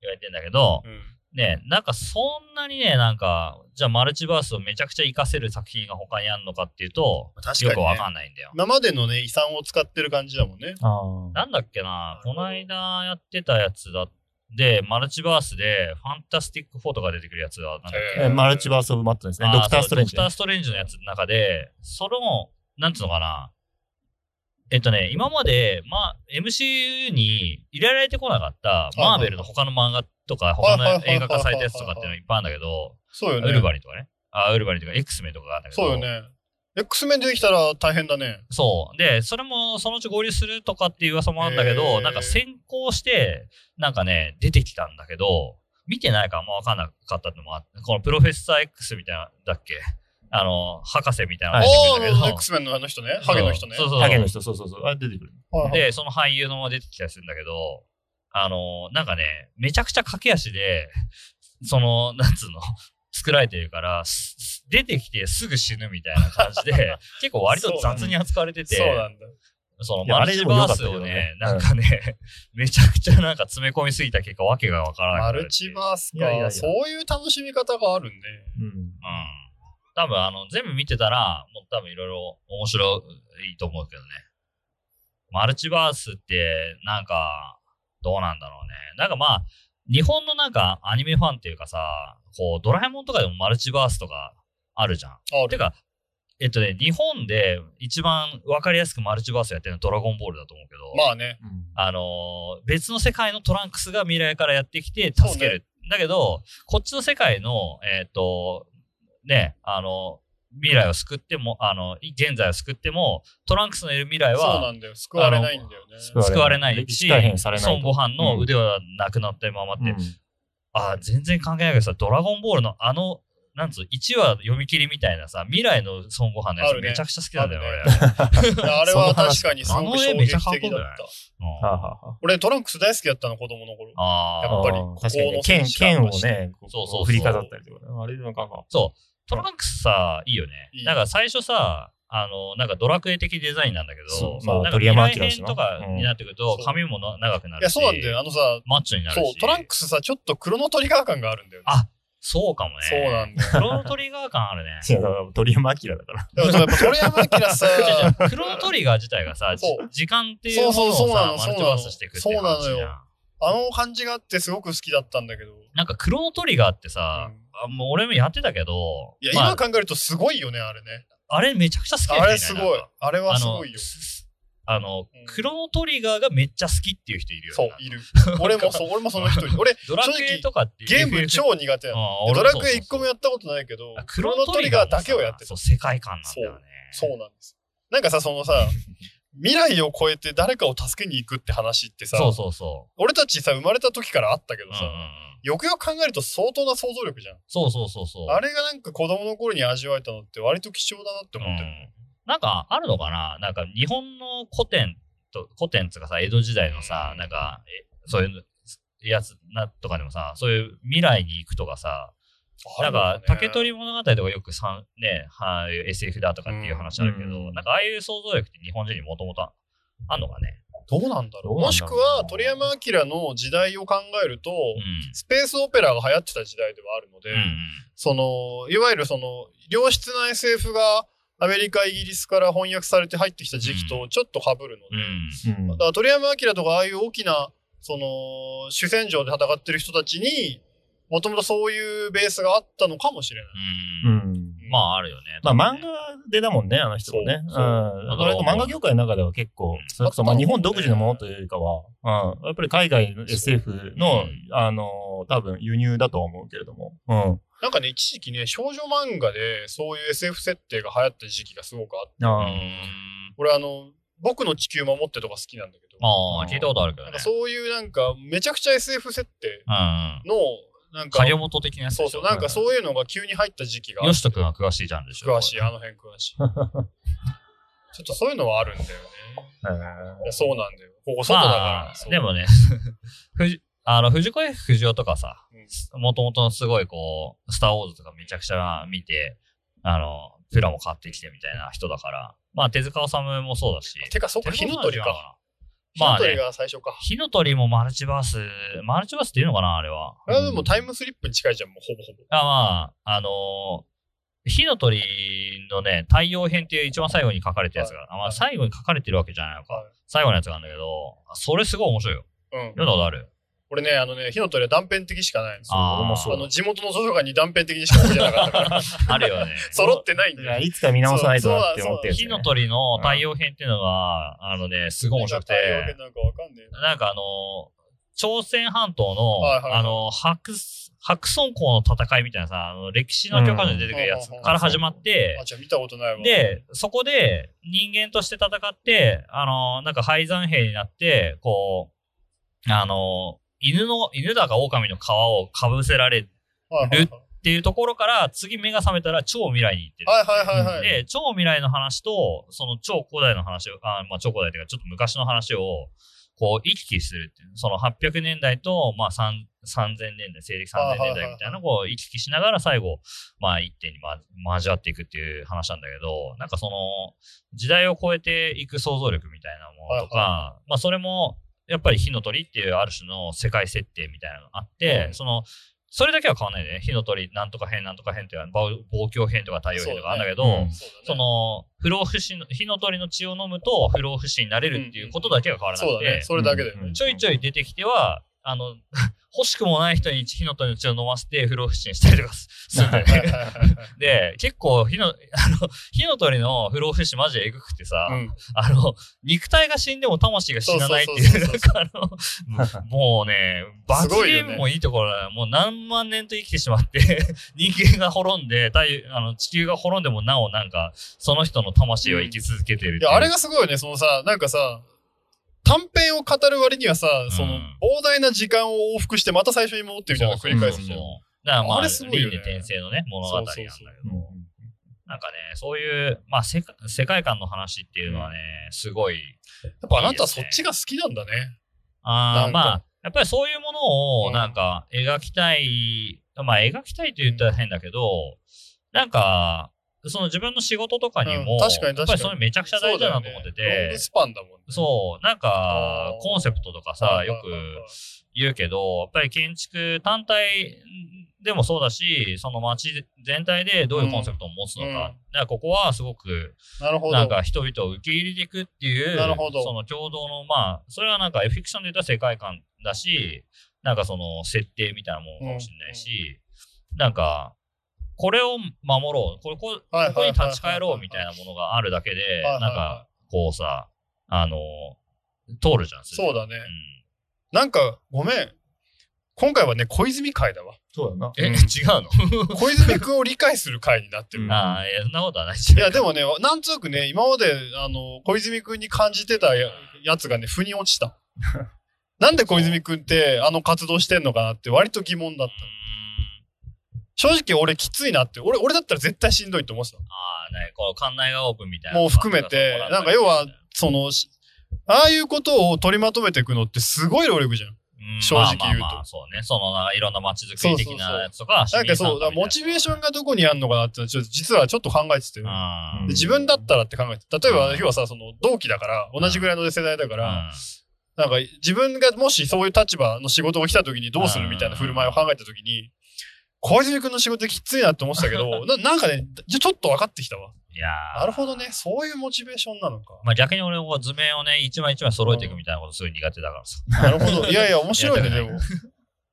S3: 言われてんだけど、
S1: うん
S3: ね、なんかそんなにね、なんか、じゃあマルチバースをめちゃくちゃ活かせる作品が他にあるのかっていうと、
S1: 確かにね
S3: よくわかんないんだよ。
S1: 今までのね、遺産を使ってる感じだもんね。
S2: ああ。
S3: なんだっけな、この間やってたやつだで、マルチバースで、ファンタスティック4とか出てくるやつは、なんだっけ
S2: えマルチバース・オブ・マットですね。
S3: あ
S2: ドクター・ストレンジ
S3: そうドクタ。ー・ストレンジのやつの中で、その、なんつうのかな。えっとね、今まで、まあ、MCU に入れられてこなかった、
S1: いはい
S3: マーベルの他の漫画とか、
S1: は
S3: 他
S1: いはいはいはい
S3: の映画化されたやつとかっていうのいっぱいあるんだけど、
S1: そうよね。
S3: ウルバリンとかね。あ、ウルバリンとか、X メンとかがあるんだけど。
S1: そうよね。X メン出てきたら大変だね。
S3: そう。で、それもそのうち合流するとかっていう噂もあるんだけ
S1: へー
S3: ど、なんか先行して、なんかね、出てきたんだけど、見てないからあんま分かんなかったのもあって、このプロフェッサー X みたいな、だっけあの、博士みたいな
S1: あ
S3: のが出てくるんだ
S1: あ、
S3: けど
S1: X メンのあの人ね。ハゲの人ね。
S3: そうそうそう
S2: ハゲの人、そうそうそう。あ出てくる。
S1: はいはい
S3: で、その俳優のも出てきたりするんだけど、あの、なんかね、めちゃくちゃ駆け足で、その、なんつうの、作られてるから、すす出てきてすぐ死ぬみたいな感じ で、結構割と雑に扱われてて、
S1: そうなんだ。
S3: その
S2: いや
S3: マルチバースをね、
S2: あ
S3: な
S2: れでも良か
S3: ん
S2: った
S3: かね、 めちゃくちゃなんか詰め込みすぎた結果、わけがわからない。
S1: マルチバース
S2: いやいやい
S1: か。
S2: や
S1: そういう楽しみ方があるんで。
S2: うん。
S3: うん。多分あの、全部見てたら、もう多分いろいろ面白いと思うけどね。マルチバースって、なんか、どうなんだろうね。なんかまあ、日本のなんかアニメファンっていうかさ、こう、ドラえもんとかでもマルチバースとかあるじゃん。
S1: あ
S3: て
S1: る。
S3: か、えっとね、日本で一番わかりやすくマルチバースやってるのはドラゴンボールだと思うけど。
S1: まあね。
S3: あのー別の世界のトランクスが未来からやってきて助ける。だけど、こっちの世界の、えっ、と、ね、あの、未来を救っても、あの、現在を救っても、トランクスのいる未来
S1: そうな
S3: は
S1: んだよ。救われないんだよね。
S2: の
S3: 救われない
S2: 歴
S3: し、
S2: 史改変されないと
S3: 孫悟飯の腕はなくなったままって、
S2: うん
S3: ああ、全然関係ないけどさ、ドラゴンボールのあのなんつう、1話読み切りみたいなさ、未来の孫悟飯のや
S1: あ
S3: つ
S1: るね
S3: めちゃくちゃ好きなんだよ、
S1: あるね
S3: 俺。うん
S1: あれは確かにすごく衝撃的だ
S3: あの絵めちゃかっこよく
S1: っ
S3: な
S1: た。
S3: い
S2: は あ、はあは
S1: 俺トランクス大好きだったの子供の頃。
S3: あ
S1: や
S3: あ
S1: っ、ぱり
S2: あ
S1: こ
S2: ー
S1: こ
S2: 確かにね
S1: の選
S2: 剣、
S1: 手
S2: 剣
S1: が
S2: をね、こう
S3: そうそうそう
S2: 振り飾ったりとかね。あれなんかまあ
S3: トランクスさ、いいよね
S1: いい。
S3: なんか最初さ、あの、なんかドラクエ的デザインなんだけ
S2: そ
S3: ど
S2: う、まあ
S3: なんか
S2: 鳥
S3: 未
S2: 山
S3: 来
S2: 明だし
S3: 編
S2: な
S3: とかになってくると
S1: うん、
S3: 髪もな長くないる
S1: や、
S3: し、
S1: そうなんだよ。あのさ、
S3: マッチョにな
S1: そ
S3: る
S1: う
S3: し。、
S1: トランクスさ、ちょっとクロノトリガー感があるんだよね。
S3: あそうかもね。
S1: そうなんだよ。
S3: クロノトリガー感あるね。
S2: いやだから鳥山明だから。
S1: だからやっぱ鳥山明 さ、
S3: クロノトリガー自体がさ、じ
S1: そう
S3: 時間っていうものを
S1: そうそうそうな
S3: さ
S1: の、
S3: マルチバースしていくっていう
S1: そ
S3: 話
S1: うなの
S3: じゃ
S1: よ
S3: ん。
S1: あの感じがあってすごく好きだったんだけど。
S3: なんかクロノトリガーってさ
S1: う、ん
S3: あもう俺もやってたけど、
S1: いや、
S3: ま
S1: 今
S3: あ、
S1: 考えるとすごいよね、あれね。
S3: あれめちゃくちゃ好きだよね
S1: あれすごい。。あれ
S3: な
S1: は
S3: ん
S1: す
S3: か
S1: ごいよ。う
S3: あの、あ
S1: ん
S3: のクロノトリガーがめっちゃ好きっていう人いるよ
S1: そ
S3: ね。
S1: う、いる。俺もそう、俺もその一 人。俺、
S3: ドラクエとかって
S1: ゲー ム超苦手なの。で
S3: あ俺
S1: ド
S3: も
S1: ラ
S3: そう
S1: ク
S3: そう
S1: エ
S3: そう
S1: 一個もやったことないけど、
S3: ク
S1: ク
S3: ロ
S1: ロ
S3: ノ
S1: ノ
S3: ト
S1: ト
S3: リ
S1: リ
S3: ガ
S1: ガ
S3: ー
S1: ー
S3: だ
S1: だ
S3: け
S1: け
S3: を
S1: を
S3: や
S1: や
S3: っ
S1: っててた
S3: そう、。世界観なんだよね。
S1: そうなんです。なんかさ、その さ、未来を超えて誰かを助けに行くって話ってさ、
S3: そうそうそ
S1: 俺たちさ、生まれた時からあったけ
S3: う。
S1: ど
S3: うん
S1: さ、
S3: うんうん
S1: よくよく考えると相当な想像力じゃん。
S3: そうそうそうそう。
S1: あれがなんか子供の頃に味わえたのって割と貴重だなって思ってる。
S3: なんかあるのかななんか日本の古典と、古典つうかさ、江戸時代のさ
S1: う、ん
S3: なんか、えそういうやつなとかでもさ、そういう未来に行くとかさ、なんか竹取物語とかよくさん、ね、は SF だとかっていう話あるけど、
S2: うん
S3: なんかああいう想像力って日本人にもともとあんのかね。
S1: どうなんだろ
S2: ど
S1: う
S2: うなんだろう
S1: もしくは鳥山明の時代を考えると、
S3: うん
S1: スペースオペラが流行ってた時代ではあるので、
S3: うんうん
S1: そのいわゆるその良質な SF がアメリカイギリスから翻訳されて入ってきた時期とちょっと被るので、
S3: うん
S2: う
S1: だ
S2: ん
S1: から鳥山明とかああいう大きなその主戦場で戦ってる人たちにもともとそういうベースがあったのかもしれない。
S3: うん
S2: うん
S3: まああるよね。
S2: まあ漫画でだもんね、あの人もね。
S1: そう
S2: うん。
S1: そう
S2: だから漫画業界の中では結構、それこそまあ日本独自のものというよりかは、うん。やっぱり海外の SF の
S3: うん、
S2: あの、多分輸入だとは思うけれども。う
S1: なんかね一時期ね少女漫画でそういう SF 設定が流行った時期がすごくあって
S2: ん。
S3: う
S2: あ
S3: ん。
S1: 俺あの「僕の地球守って」とか好きなんだけど
S3: ああ、聞いたことあるけど
S1: なん
S3: ね
S1: か。そういうなんかめちゃくちゃ SF 設定
S3: うんうん。
S1: のなんか
S3: 影元的なやつでし
S1: そうそ
S3: ょ。
S1: うなんかそういうのが急に入った時期があって
S3: 吉人君は詳しいじゃんでしょ。
S1: 詳しい、あの辺詳 しい。ちょっとそういうのはあるんだよね。いや
S2: あ。
S1: そうなんだよ。ここ外だから。
S3: まあ
S1: そ、う
S3: でもね、 藤あの藤子 F 不二雄とかさ、もともとすごいこう、スター・ウォーズとかめちゃくちゃ見て、あの、プラも買ってきてみたいな人だから、まあ手塚治虫もそうだし、
S1: てか、そっか、
S3: 手塚
S1: 火
S3: 治
S1: の
S3: 虫
S1: 鳥
S3: な
S1: か。
S3: のな。
S1: 火
S3: ま
S1: の
S3: あね
S1: 鳥が最初か。
S3: 火の鳥もマルチバース、マルチバースっていうのかな、あれは。
S1: あれはでもタイムスリップに近いじゃん、もうほぼほぼ。
S3: あまあ、あのー火の鳥のね、太陽編っていう一番最後に書かれたやつが、あまあ、最後に書かれてるわけじゃないのか。
S1: はい
S3: 最後のやつがあるんだけど、それすごい面白いよ。
S1: うん。
S3: 読んだことあ る。
S1: 俺ね、あのね、火の鳥は断片的しかないんですよ。
S3: あー
S2: 俺もそ
S1: あ
S2: うだ
S1: の、。地元の図書館に断片的にしか置いてなかった から、
S3: あるよね。
S1: 揃ってないん
S2: い
S1: だ
S2: や
S1: よ。
S2: いつか見直さないとなって思ってるやつね
S3: 火の鳥の太陽編っていうのが、あのね、すごい面白くて、
S1: なんかわかんねえな。
S3: なんかあの、朝鮮半島の、
S1: はいはいはい
S3: あの、白、白村港の戦いみたいなさ、あの歴史の教科書に出てくるやつから始まって、
S1: あ、じゃあ見たことないわ。
S3: で、そこで人間として戦って、あの、なんか廃山兵になって、こう、あの、犬の、犬だか狼の皮をかぶせられる
S1: はいはいはい、
S3: っていうところから、次目が覚めたら超未来に行ってる。
S1: はいはいはいはい。
S3: で、超未来の話と、その超古代の話を、あまあ超古代というか、ちょっと昔の話を、こう、行き来するっていう。その800年代と、まあ3 3000年代、西暦3000年代みたいなのをこう行き来しながら最後、まあ一点に、ま、交わっていくっていう話なんだけど、なんかその、時代を超えていく想像力みたいなものとか、
S1: は
S3: まあそれも、やっぱり火の鳥っていうある種の世界設定みたいなのがあって、
S1: うん
S3: その、それだけは変わんないね。火の鳥、なんとか編、なんとか編っていうのは、暴狂編とか太陽編とかあるんだけど、
S2: そうだねうん
S1: そうだ
S3: そ
S1: ね
S3: の不老不死の火の鳥の血を飲むと不老不死になれるっていうことだけが変わらな
S1: そう
S3: く
S1: だね。
S3: て、
S1: それだけだよね。
S2: うん
S3: ちょいちょい出てきてはあの 欲しくもない人に火の鳥の血を飲ませて不老不死にしたりとかすするんだよ
S1: はいはい
S3: ね。
S1: はいはい
S3: で結構火のあの火の鳥の不老不死マジでえぐくてさ、
S1: うん
S3: あの肉体が死んでも魂が死なないってい
S1: そう
S3: う
S1: そうそう
S3: なんかあのもうね罰
S1: すごい
S3: ゲ
S1: よね
S3: ームもいいところだよもう何万年と生きてしまって 人間が滅んで太陽あの地球が滅んでもなおなんかその人の魂は生き続けてるって
S1: い
S3: いう
S1: や、あれがすごいよね。そのさ、なんかさ、短編を語る割にはさ、
S3: ん
S1: その、膨大な時間を往復して、また最初に戻ってみたいなのを繰り返すじゃん。
S3: そうだからまあ、
S1: あれすごい
S3: 輪
S1: よね
S3: 廻転生のね、物語なんだけど
S1: そうそう。
S3: なんかね、そういう、まあ、世界世界観の話っていうのはね、すごい。
S1: やっぱあなたそっちが好きなんだね。
S3: あ
S1: な
S3: ー
S1: んか
S3: まあ、やっぱりそういうもの
S1: う
S3: を、
S1: ん
S3: なんか、描きたい、まあ、描きたいと言ったら変だけど、なんか、その自分の仕事とかに
S1: う
S3: も、
S1: ん確かに確かに
S3: やっぱりそれめちゃくちゃ大事だなと思って
S1: そうだよねロン
S3: て
S1: グ、スパンだもんね。
S3: そう、なんか
S1: あ、ー
S3: コンセプトとかさ、よく
S1: うんうんうんうん
S3: 言うけど、やっぱり建築単体でもそうだし、その街全体でどういうコンセプトを持つのか、
S1: うんうん
S3: だからここはすごく、
S1: なるほど。
S3: なんか人々を受け入れていくっていう、
S1: なるほど
S3: その共同の、まあ、それはなんかフィクションで言ったら世界観だし、なんかその設定みたいなものかもしれないし、なんか、これを守ろう、これこ
S1: はい
S3: ここに
S1: はいはいはい
S3: 立ち返ろうみたいなものがあるだけで、
S1: はいはい
S3: なんか、こうさ、あの、通るじゃん、
S1: そう
S3: だ。
S1: だね。
S3: うん
S1: なんか、ごめん。今回はね、小泉会だわ。
S2: そうだな。
S3: え、
S1: うん
S3: 違 うの
S1: 小泉君を理解する会になってる。
S2: うん
S3: ああ、いや、そんなことはない
S1: いや、でもね、なんとなくね、今まで、あの、小泉君に感じてたややつがね、腑に落ち た。なんで小泉君って、あの活動してんのかなって、割と疑問だった。正直、俺、きついなって。俺、俺だったら絶対しんどいって思ってた。
S3: ああ、ね、この館内がオープンみたいな。
S1: もう含めて、なんか要は、その、しああいうことを取りまとめていくのってすごい労力じゃん。
S3: うん
S1: 正直言うと
S3: まあまあまあそうね。その、なんかいろんな街づくり的なやつとか、
S1: なんかそう、だからモチベーションがどこにあるのかなって、ちょっと実はちょっと考えてて。
S3: ョ
S1: で
S2: うん
S1: 自分だったらって考えて、例え
S3: う
S1: ば、
S3: ん
S1: 要はさ、その同期だから、同じぐらいの世代だから、
S3: う
S1: なんか自分がもしそういう立場の仕事が来た時にどうするみたいな振る舞いを考えた時に、小泉君の仕事きついなって思ってたけ ど、ななんかね、じゃちょっと分かってきたわ。
S3: んいやー
S1: なるほどね、そういうモチベーションなのか。
S3: まあ逆に俺も図面をね、一枚一枚揃えていくみたいなことすごい苦手だからさ。
S1: なる ほど。いやいや、面白いね、
S3: いや
S1: でも。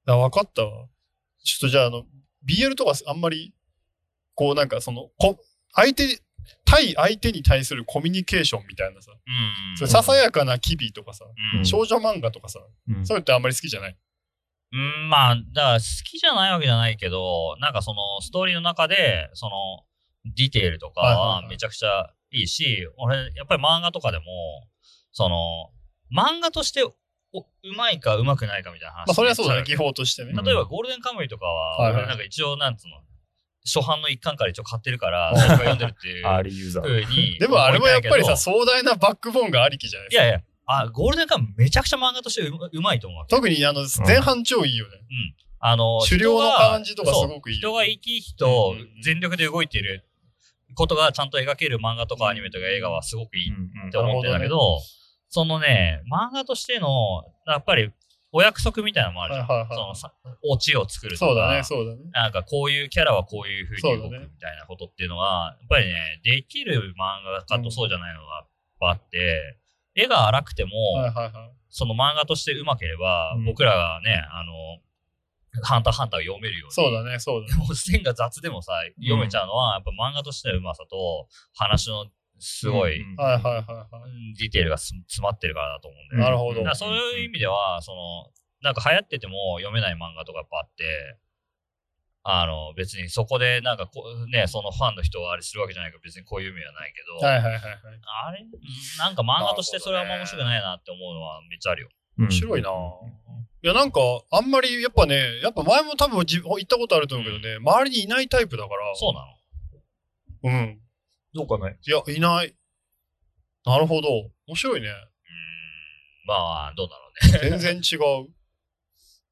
S1: あ、分かったわ。ちょっとじゃあ、あの、BL とかあんまり、こうなんかその、こ相手、対相手に対するコミュニケーションみたいなさ、
S3: うん
S1: それささやかな機微とかさ、
S3: うん
S1: 少女漫画とかさ、
S2: うん
S1: そういうのってあんまり好きじゃない。
S3: うん、まあ、だから好きじゃないわけじゃないけど、なんかそのストーリーの中で、そのディテールとか
S1: はいはい
S3: は
S1: はい
S3: めちゃくちゃいいし、俺、やっぱり漫画とかでも、その、漫画としておうまいかうまくないかみたいな話。
S1: まあ、それはそうだね、技
S3: 例
S1: 法としてね。
S3: えばゴールデンカムイとか
S1: は
S3: は、
S1: いはい
S3: 俺なんか一応、なんつうの、初版の一巻から一応買って るから、最初から読んでるっていう
S2: あリユーザー。
S3: 風に。
S1: でもあれもやっぱり
S3: 思いたいけど
S1: さ、壮大なバックボーンがありきじゃない
S3: い
S1: ですか。
S3: やいや、あ、ゴールデンカムイめちゃくちゃ漫画としてうまうまいと 思うわけ。
S1: 特にあの、前半超いいよね。
S3: あの、
S1: 狩猟の
S3: 人が
S1: 感じとかすごくいい
S3: 人
S1: よ
S3: が
S1: ね。
S3: 生き生きと
S1: うんうんうん
S3: 全力で動いてることがちゃんと描ける漫画とかアニメとか映画はすごくいいって思ってるんだけど、そのね、漫画としての、やっぱりお約束みたいなのもあるじゃん。
S1: はいはいはい
S3: そのさ、オチを作るとか。
S1: そうだね、そうだね。
S3: なんかこういうキャラはこういう風に動
S1: そう
S3: く
S1: だね
S3: みたいなことっていうのは、やっぱりね、できる漫画家とそうじゃないのがやっぱあって、絵が荒くても、
S1: はいはいはい。
S3: その漫画としてうまければ、
S2: うん
S3: 僕らがね、あの、ハンターハンターを読めるように。
S1: そうだね、そうだね。
S3: もう線が雑でもさ、読めちゃうのは、やっぱ漫画としてのうまさと、話のすごい、
S2: うん
S1: はいはいはいは
S3: うんディテールがす詰まってるからだと思うんだ
S1: い。
S3: よね。
S1: なるほど
S3: だか。らそういう意味では、その、なんか流行ってても読めない漫画とかやっぱあって、あの、別にそこでなんかこう、ね、そのファンの人はあれするわけじゃないから別にこういう意味はないけど、
S1: はいはいはいはい。
S3: あれ、うんなんか漫画としてそれはあんま面白くないなって思うのはめっちゃあるよ。
S2: 面
S1: 面白いなぁいやなんか、あんまりやっぱね、やっぱ前も多分自分言ったことあると思うけどね、周りにいないタイプだから。
S3: そうなの
S1: う。ん。
S2: どうかね。
S1: いや、いない。なるほど。面白いね。
S3: まあ、どうだろ
S1: 全然違う。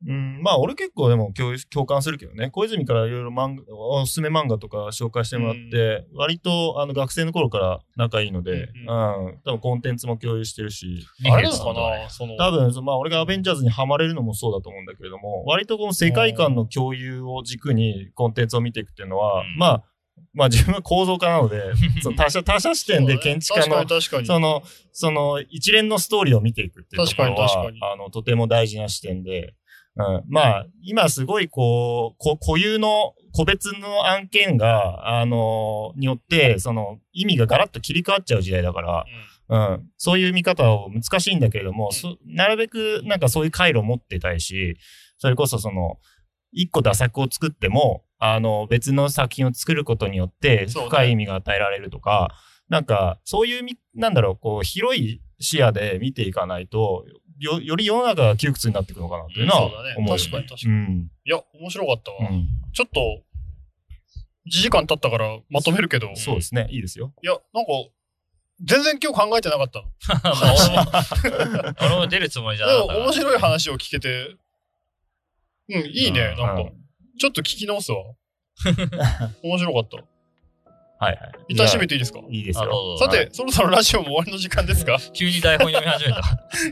S2: うん、まあ俺結構でも共有共感するけどね小泉からいろいろ漫画おすすめ漫画とか紹介してもらって、割とあの学生の頃から仲いいので、
S1: う
S2: うんん多分コンテンツも共有してるし
S3: うね。
S1: あれなの
S3: 二平さ
S1: か
S3: んとね
S1: なその。
S2: 多分そのまあ俺がアベンジャーズにはまれるのもそうだと思うんだけれども割とこの世界観の共有を軸にコンテンツを見ていくっていうのは、
S3: うん
S2: まあまあ自分は構造家なのでその他者他者視点で建築家の
S1: 確かに確かに。
S2: その、その一連のストーリーを見ていくっていうとこ
S1: 確か
S2: ろは
S1: に確かに、
S2: あの、とても大事な視点で、うん、まあ、今すごいこう、こ固有の、個別の案件が、あの、によって、その、意味がガラッと切り替わっちゃう時代だから、
S1: うん
S2: うん、そういう見方を難しいんだけれども、そなるべくなんかそういう回路を持ってたいし、それこそその、一個打作を作っても、あの、別の作品を作ることによって、
S1: そうね
S2: 深い意味が与えられるとか、なんか、そういうみ、なんだろう、こう、広い視野で見ていかないと、よ、より世の中が窮屈になっていくのかなっていうの
S1: う
S2: は
S1: んそうだね
S2: 思うよ、
S1: 確かに確かに
S2: うん。
S1: いや、面白かったわ。
S2: うん
S1: ちょっと、1時間経ったからまとめるけど、い
S2: そうですね。いいですよ。
S1: や、なんか、全然今日考えてなかったの。
S3: まあ 俺も俺も出るつもりじゃなかった
S1: で
S3: か
S1: も
S3: ら
S1: 面白い話を聞けて、うん、いいね、
S3: うん
S1: なん
S2: う
S1: か。ちょっと聞き直すわ。面白かった。
S2: はいはい。
S1: 一旦閉めていいですか
S2: いいです
S3: あど
S2: よ。
S3: うぞ
S1: さて、そろそろラジオも終わりの時間ですが、
S3: 急に台本読み始めた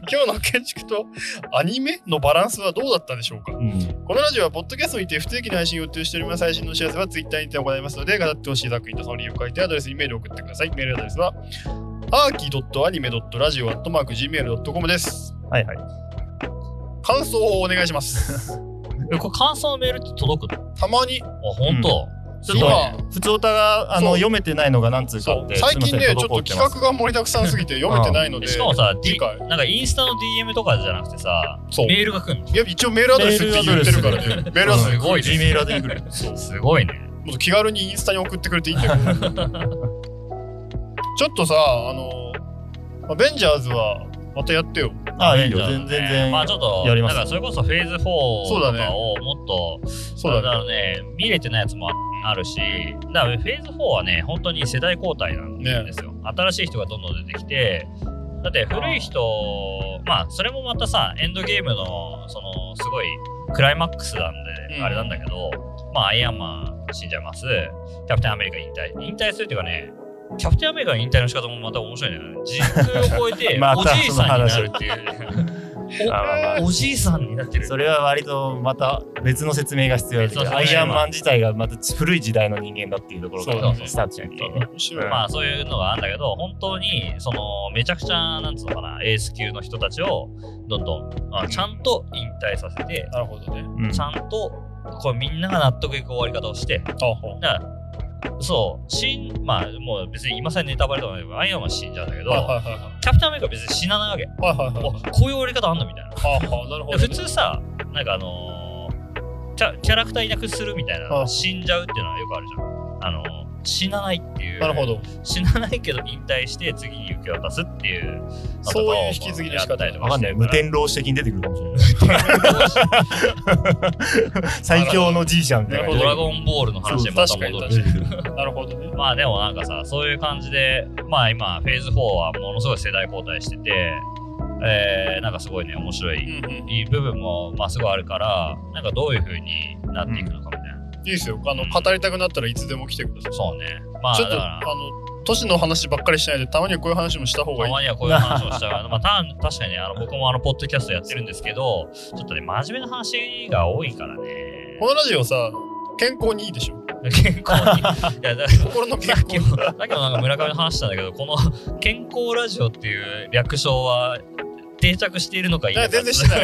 S1: 今日の建築とアニメのバランスはどうだったでしょうか
S2: うん。
S1: このラジオはポッドキャストにて不定期の配信を予定しております最新のお知らせは Twitter にて行いますので語ってほしい作品とその理由を書いてアドレスにメールを送ってくださいメールアドレスは arki.anime.radio.gmail.com です
S2: はいはい。
S1: 感想をお願いします
S3: えこれ感想のメールって届くの
S1: たまに
S3: あ本当、ちょっと
S1: 今
S2: 普通歌が、あの、
S1: そう
S2: 読めてないのが何通か
S1: そ
S2: あっ
S1: う
S2: て。
S1: 最近ね
S2: す
S1: ちょ
S2: いません
S1: っと企画。が盛りだくさんすぎて読めてないので
S3: しかもさ、D
S1: 次回
S3: なんかインスタの DM とかじゃなくてさ、
S1: そう
S3: メールが来るの
S1: いや一応メールアドレスって言ってるからねメールアドレ
S3: す
S1: ス
S3: ごいね。
S2: G メールで来る。
S3: すごいね。
S1: もっと気軽にインスタに送ってくれていいんだけど ちょっとさあのアベンジャーズはまたやってよ
S2: ああ、いいよ。
S3: じゃあ
S2: 全然、全
S3: ね
S2: 然。
S3: まあちょっと、
S2: やります
S3: だからそれこそフェーズ4
S1: そうだ
S3: と
S1: ね
S3: かをもっと、
S1: そうだね
S3: からね、見れてないやつもああるし、だからフェーズ4はね、本当に世代交代なんですよ。新しい人がどんどん出てきて、だって古い人、まあそれもまたさ、エンドゲームの、その、すごいクライマックスなんで、
S1: うん
S3: あれなんだけど、まあアイアンマン死んじゃいます、キャプテンアメリカ引退。引退するっていうかね、キャプテンアメリカの引退の仕方もまた面白いんだよね。時空を超 えて
S2: また
S3: おじいさんになるっ
S2: そ
S3: ていう。
S2: あまあまあ
S3: おじいさんになってる。
S2: それは割とまた別の説明が必要です
S3: 別の説明
S2: アイアンマン自体がまた古い時代の人間だっていうところか
S1: そう
S2: ら
S1: だね
S2: スタートしないといけないね
S1: 面白い、
S3: まあそういうのがあるんだけど、本当にそのめちゃくちゃなんつうのかな、エース級の人たちをどんどんあちゃんと引退させて、
S1: なるほどね
S2: うん
S3: ちゃんとこれみんなが納得いく終わり方をして、
S1: あほ
S3: だからそう、死ん、まあもう別に今更ネタバレとかないけど、アイアンマン死んじゃうんだけど、
S1: はいはいは
S3: キャプテンアメリカは別に死なないわけ。
S1: いはいはいはい
S3: お
S1: は
S3: こういう終わり方あんのみたいな。
S1: いはあはあなるほど、ね、
S3: 普通さ、なんかあのーキャ、キャラクターいなくするみたい
S1: あ
S3: な、死んじゃうっていうのはよくあるじゃん。あのー死なないっていう。
S1: なるほど
S3: 死なないけど引退して次に受け渡すっていう
S1: そういう引き継ぎの仕方
S2: わかんない無天老師的に出てくるかもしれない最強のじいちゃんみたいな
S1: な
S3: ド
S1: る
S3: ラ
S1: ほ
S3: ゴンボールの話でまた戻る
S1: そう
S3: し
S1: なるほどね
S3: まあでもなんかさそういう感じでまあ今フェーズ4はものすごい世代交代してて、えーなんかすごいね面白
S1: うん
S3: い
S1: うん
S3: いい部分もまあすごいあるからなんかどういう風になっていくのかみたいな、
S1: いいですよあの語りたくなったらいつでも来てください
S3: そうねまあ
S1: ち
S3: だ
S1: ょっ
S3: か
S1: と
S3: ら
S1: あの都市の話ばっかりしないでたまにはこういう話もした方が
S3: た
S1: いい
S3: まにはこういう話をしたが、まあ、た確かにねあの僕もあのポッドキャストやってるんですけどちょっとね真面目な話が多いからね
S1: このラジオさ健康にいいでしょ
S3: 健康にいやだ
S1: 心の健
S3: さっ
S1: 康
S3: きも、さっきもなんか村上の話したんだけど、この健康ラジオっていう略称は定着しているの かいい
S1: い
S3: のか
S1: や全然してない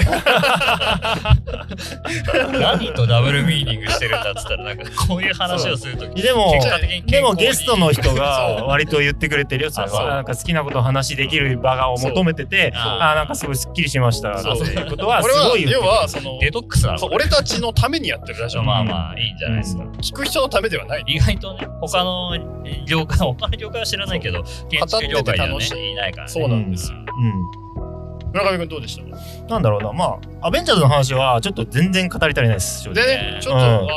S3: 何とダブルミーニングしてるんだっつったら、なんかこういう話をするとき、
S2: でも
S3: 結果的に
S2: で
S3: 健康
S2: も
S3: に
S2: ゲストの人
S1: そ
S2: が
S1: う
S2: 割と言ってくれてるよそれ
S3: あそう
S2: はなんか好きなことを話しできる場がを求めてて
S3: そう
S2: あーなんかすごいすっきりしました
S1: そう
S2: そういうことはす
S1: 俺は
S2: ごい言って
S1: 要
S2: くれる
S1: はその
S3: デトックスなの
S1: そう俺たちのためにやってるラジオ、
S3: まあまあいいんじゃないですか。
S1: 聞く人のためではない
S3: 意外とね、他の業界、他の業界は知らないけど、建築業界には
S1: 語ってて楽
S3: ね、いないからね。
S1: そうなんです
S3: うん
S2: うん
S1: 村上君どうでした
S2: なんだろうな、まあ、アベンジャーズの話はちょっと全然語り足りないです、正
S1: で
S2: 直。
S1: ねちょっと、
S2: うん
S1: あの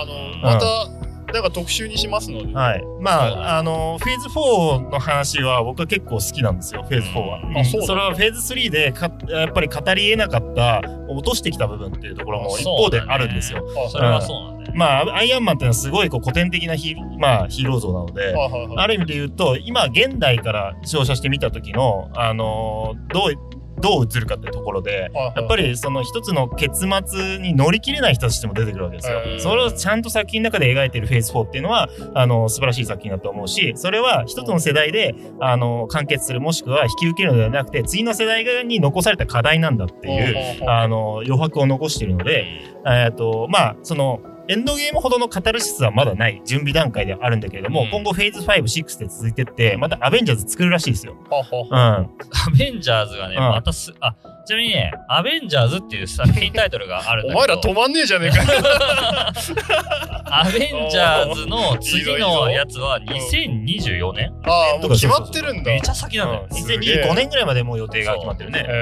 S1: またなんか特集にしますので、
S2: はい。ま
S3: そうだね
S2: あ、あの、フェーズ4の話は僕は結構好きなんですよ、フェーズ4は。
S1: あそうだ
S2: それはフェーズ3でか、やっぱり語り得なかった、落としてきた部分っていうところも一方であるんですよ。
S1: あ
S3: それはそうなんだよね。
S2: まあ、アイアンマンっていうのはすごいこう古典的なヒ,、まあ、ヒーロー像なので、
S1: はいはいはい
S2: ある意味で言うと、今、現代から照射してみた時の、あのどう、どう映るかってところで、
S1: はいはい
S2: やっぱりその一つの結末に乗り切れない人たちでも出てくるわけですよ
S1: う。ん
S2: それをちゃんと作品の中で描いてるフェーズ4っていうのはあの素晴らしい作品だと思うしそれは一つの世代であの完結するもしくは引き受けるのではなくて次の世代に残された課題なんだってい
S1: ほ
S2: う
S1: うほうほう
S2: あの余白を残しているので、えーとまあ、そのエンドゲームほどのカタルシスはまだない準備段階ではあるんだけれども、
S3: うん
S2: 今後フェーズ5、6で続いてって、またアベンジャーズ作るらしいですよ。
S1: はあは
S2: うん。あ
S3: アベンジャーズがね、
S2: うん
S3: またす、あ、ちなみにね、アベンジャーズっていう作品タイトルがあるん
S1: あ
S3: だ
S1: お
S3: け
S1: 前
S3: ど、
S1: ら止まんねえじゃねえか
S3: アベンジャーズの次のやつは2024年
S1: ああもう決まってるんだ
S3: めちゃ先なんだよね。
S1: すげえ
S2: 2025年ぐらいまでもう予定が決まってるね。
S1: そうへ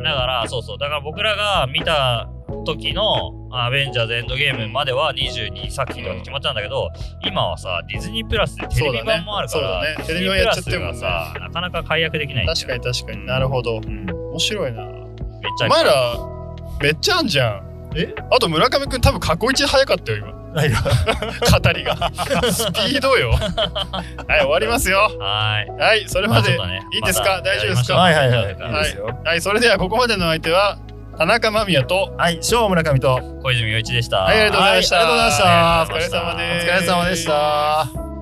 S1: え
S3: だから、そうそう。だから僕らが見た時のアベンジャーズエンドゲームまでは22作品とか決まってたんだけど、今はさ、ディズニープラスでテレビ版もあるか
S1: そうだ
S3: ら、
S1: ねそうだね
S3: ディズニープラスがさ、なかなか解約できないんだよ
S1: 確かに確かになるほど
S2: うん
S1: 面白いな
S3: めっちゃ
S1: お前らめっちゃあんじゃん
S3: え
S1: あと村上くん多分過去一早かったよ今
S2: はい
S1: 語りがスピードよはい終わりますよ
S3: はーい。
S1: はいそれまで
S3: あちょっとね
S1: いいですか
S3: また
S1: 大丈夫ですか
S3: や
S2: はい
S3: りましょう
S2: はいはい。
S1: はい
S2: いいですよ。
S1: はいそれではここまでの相手は田中間宮と
S2: はい、小村上と。
S3: 小泉洋一でした。
S1: はいありがとうございました
S2: はいありがとうございました
S1: お疲れ様です
S2: お疲れ様でした。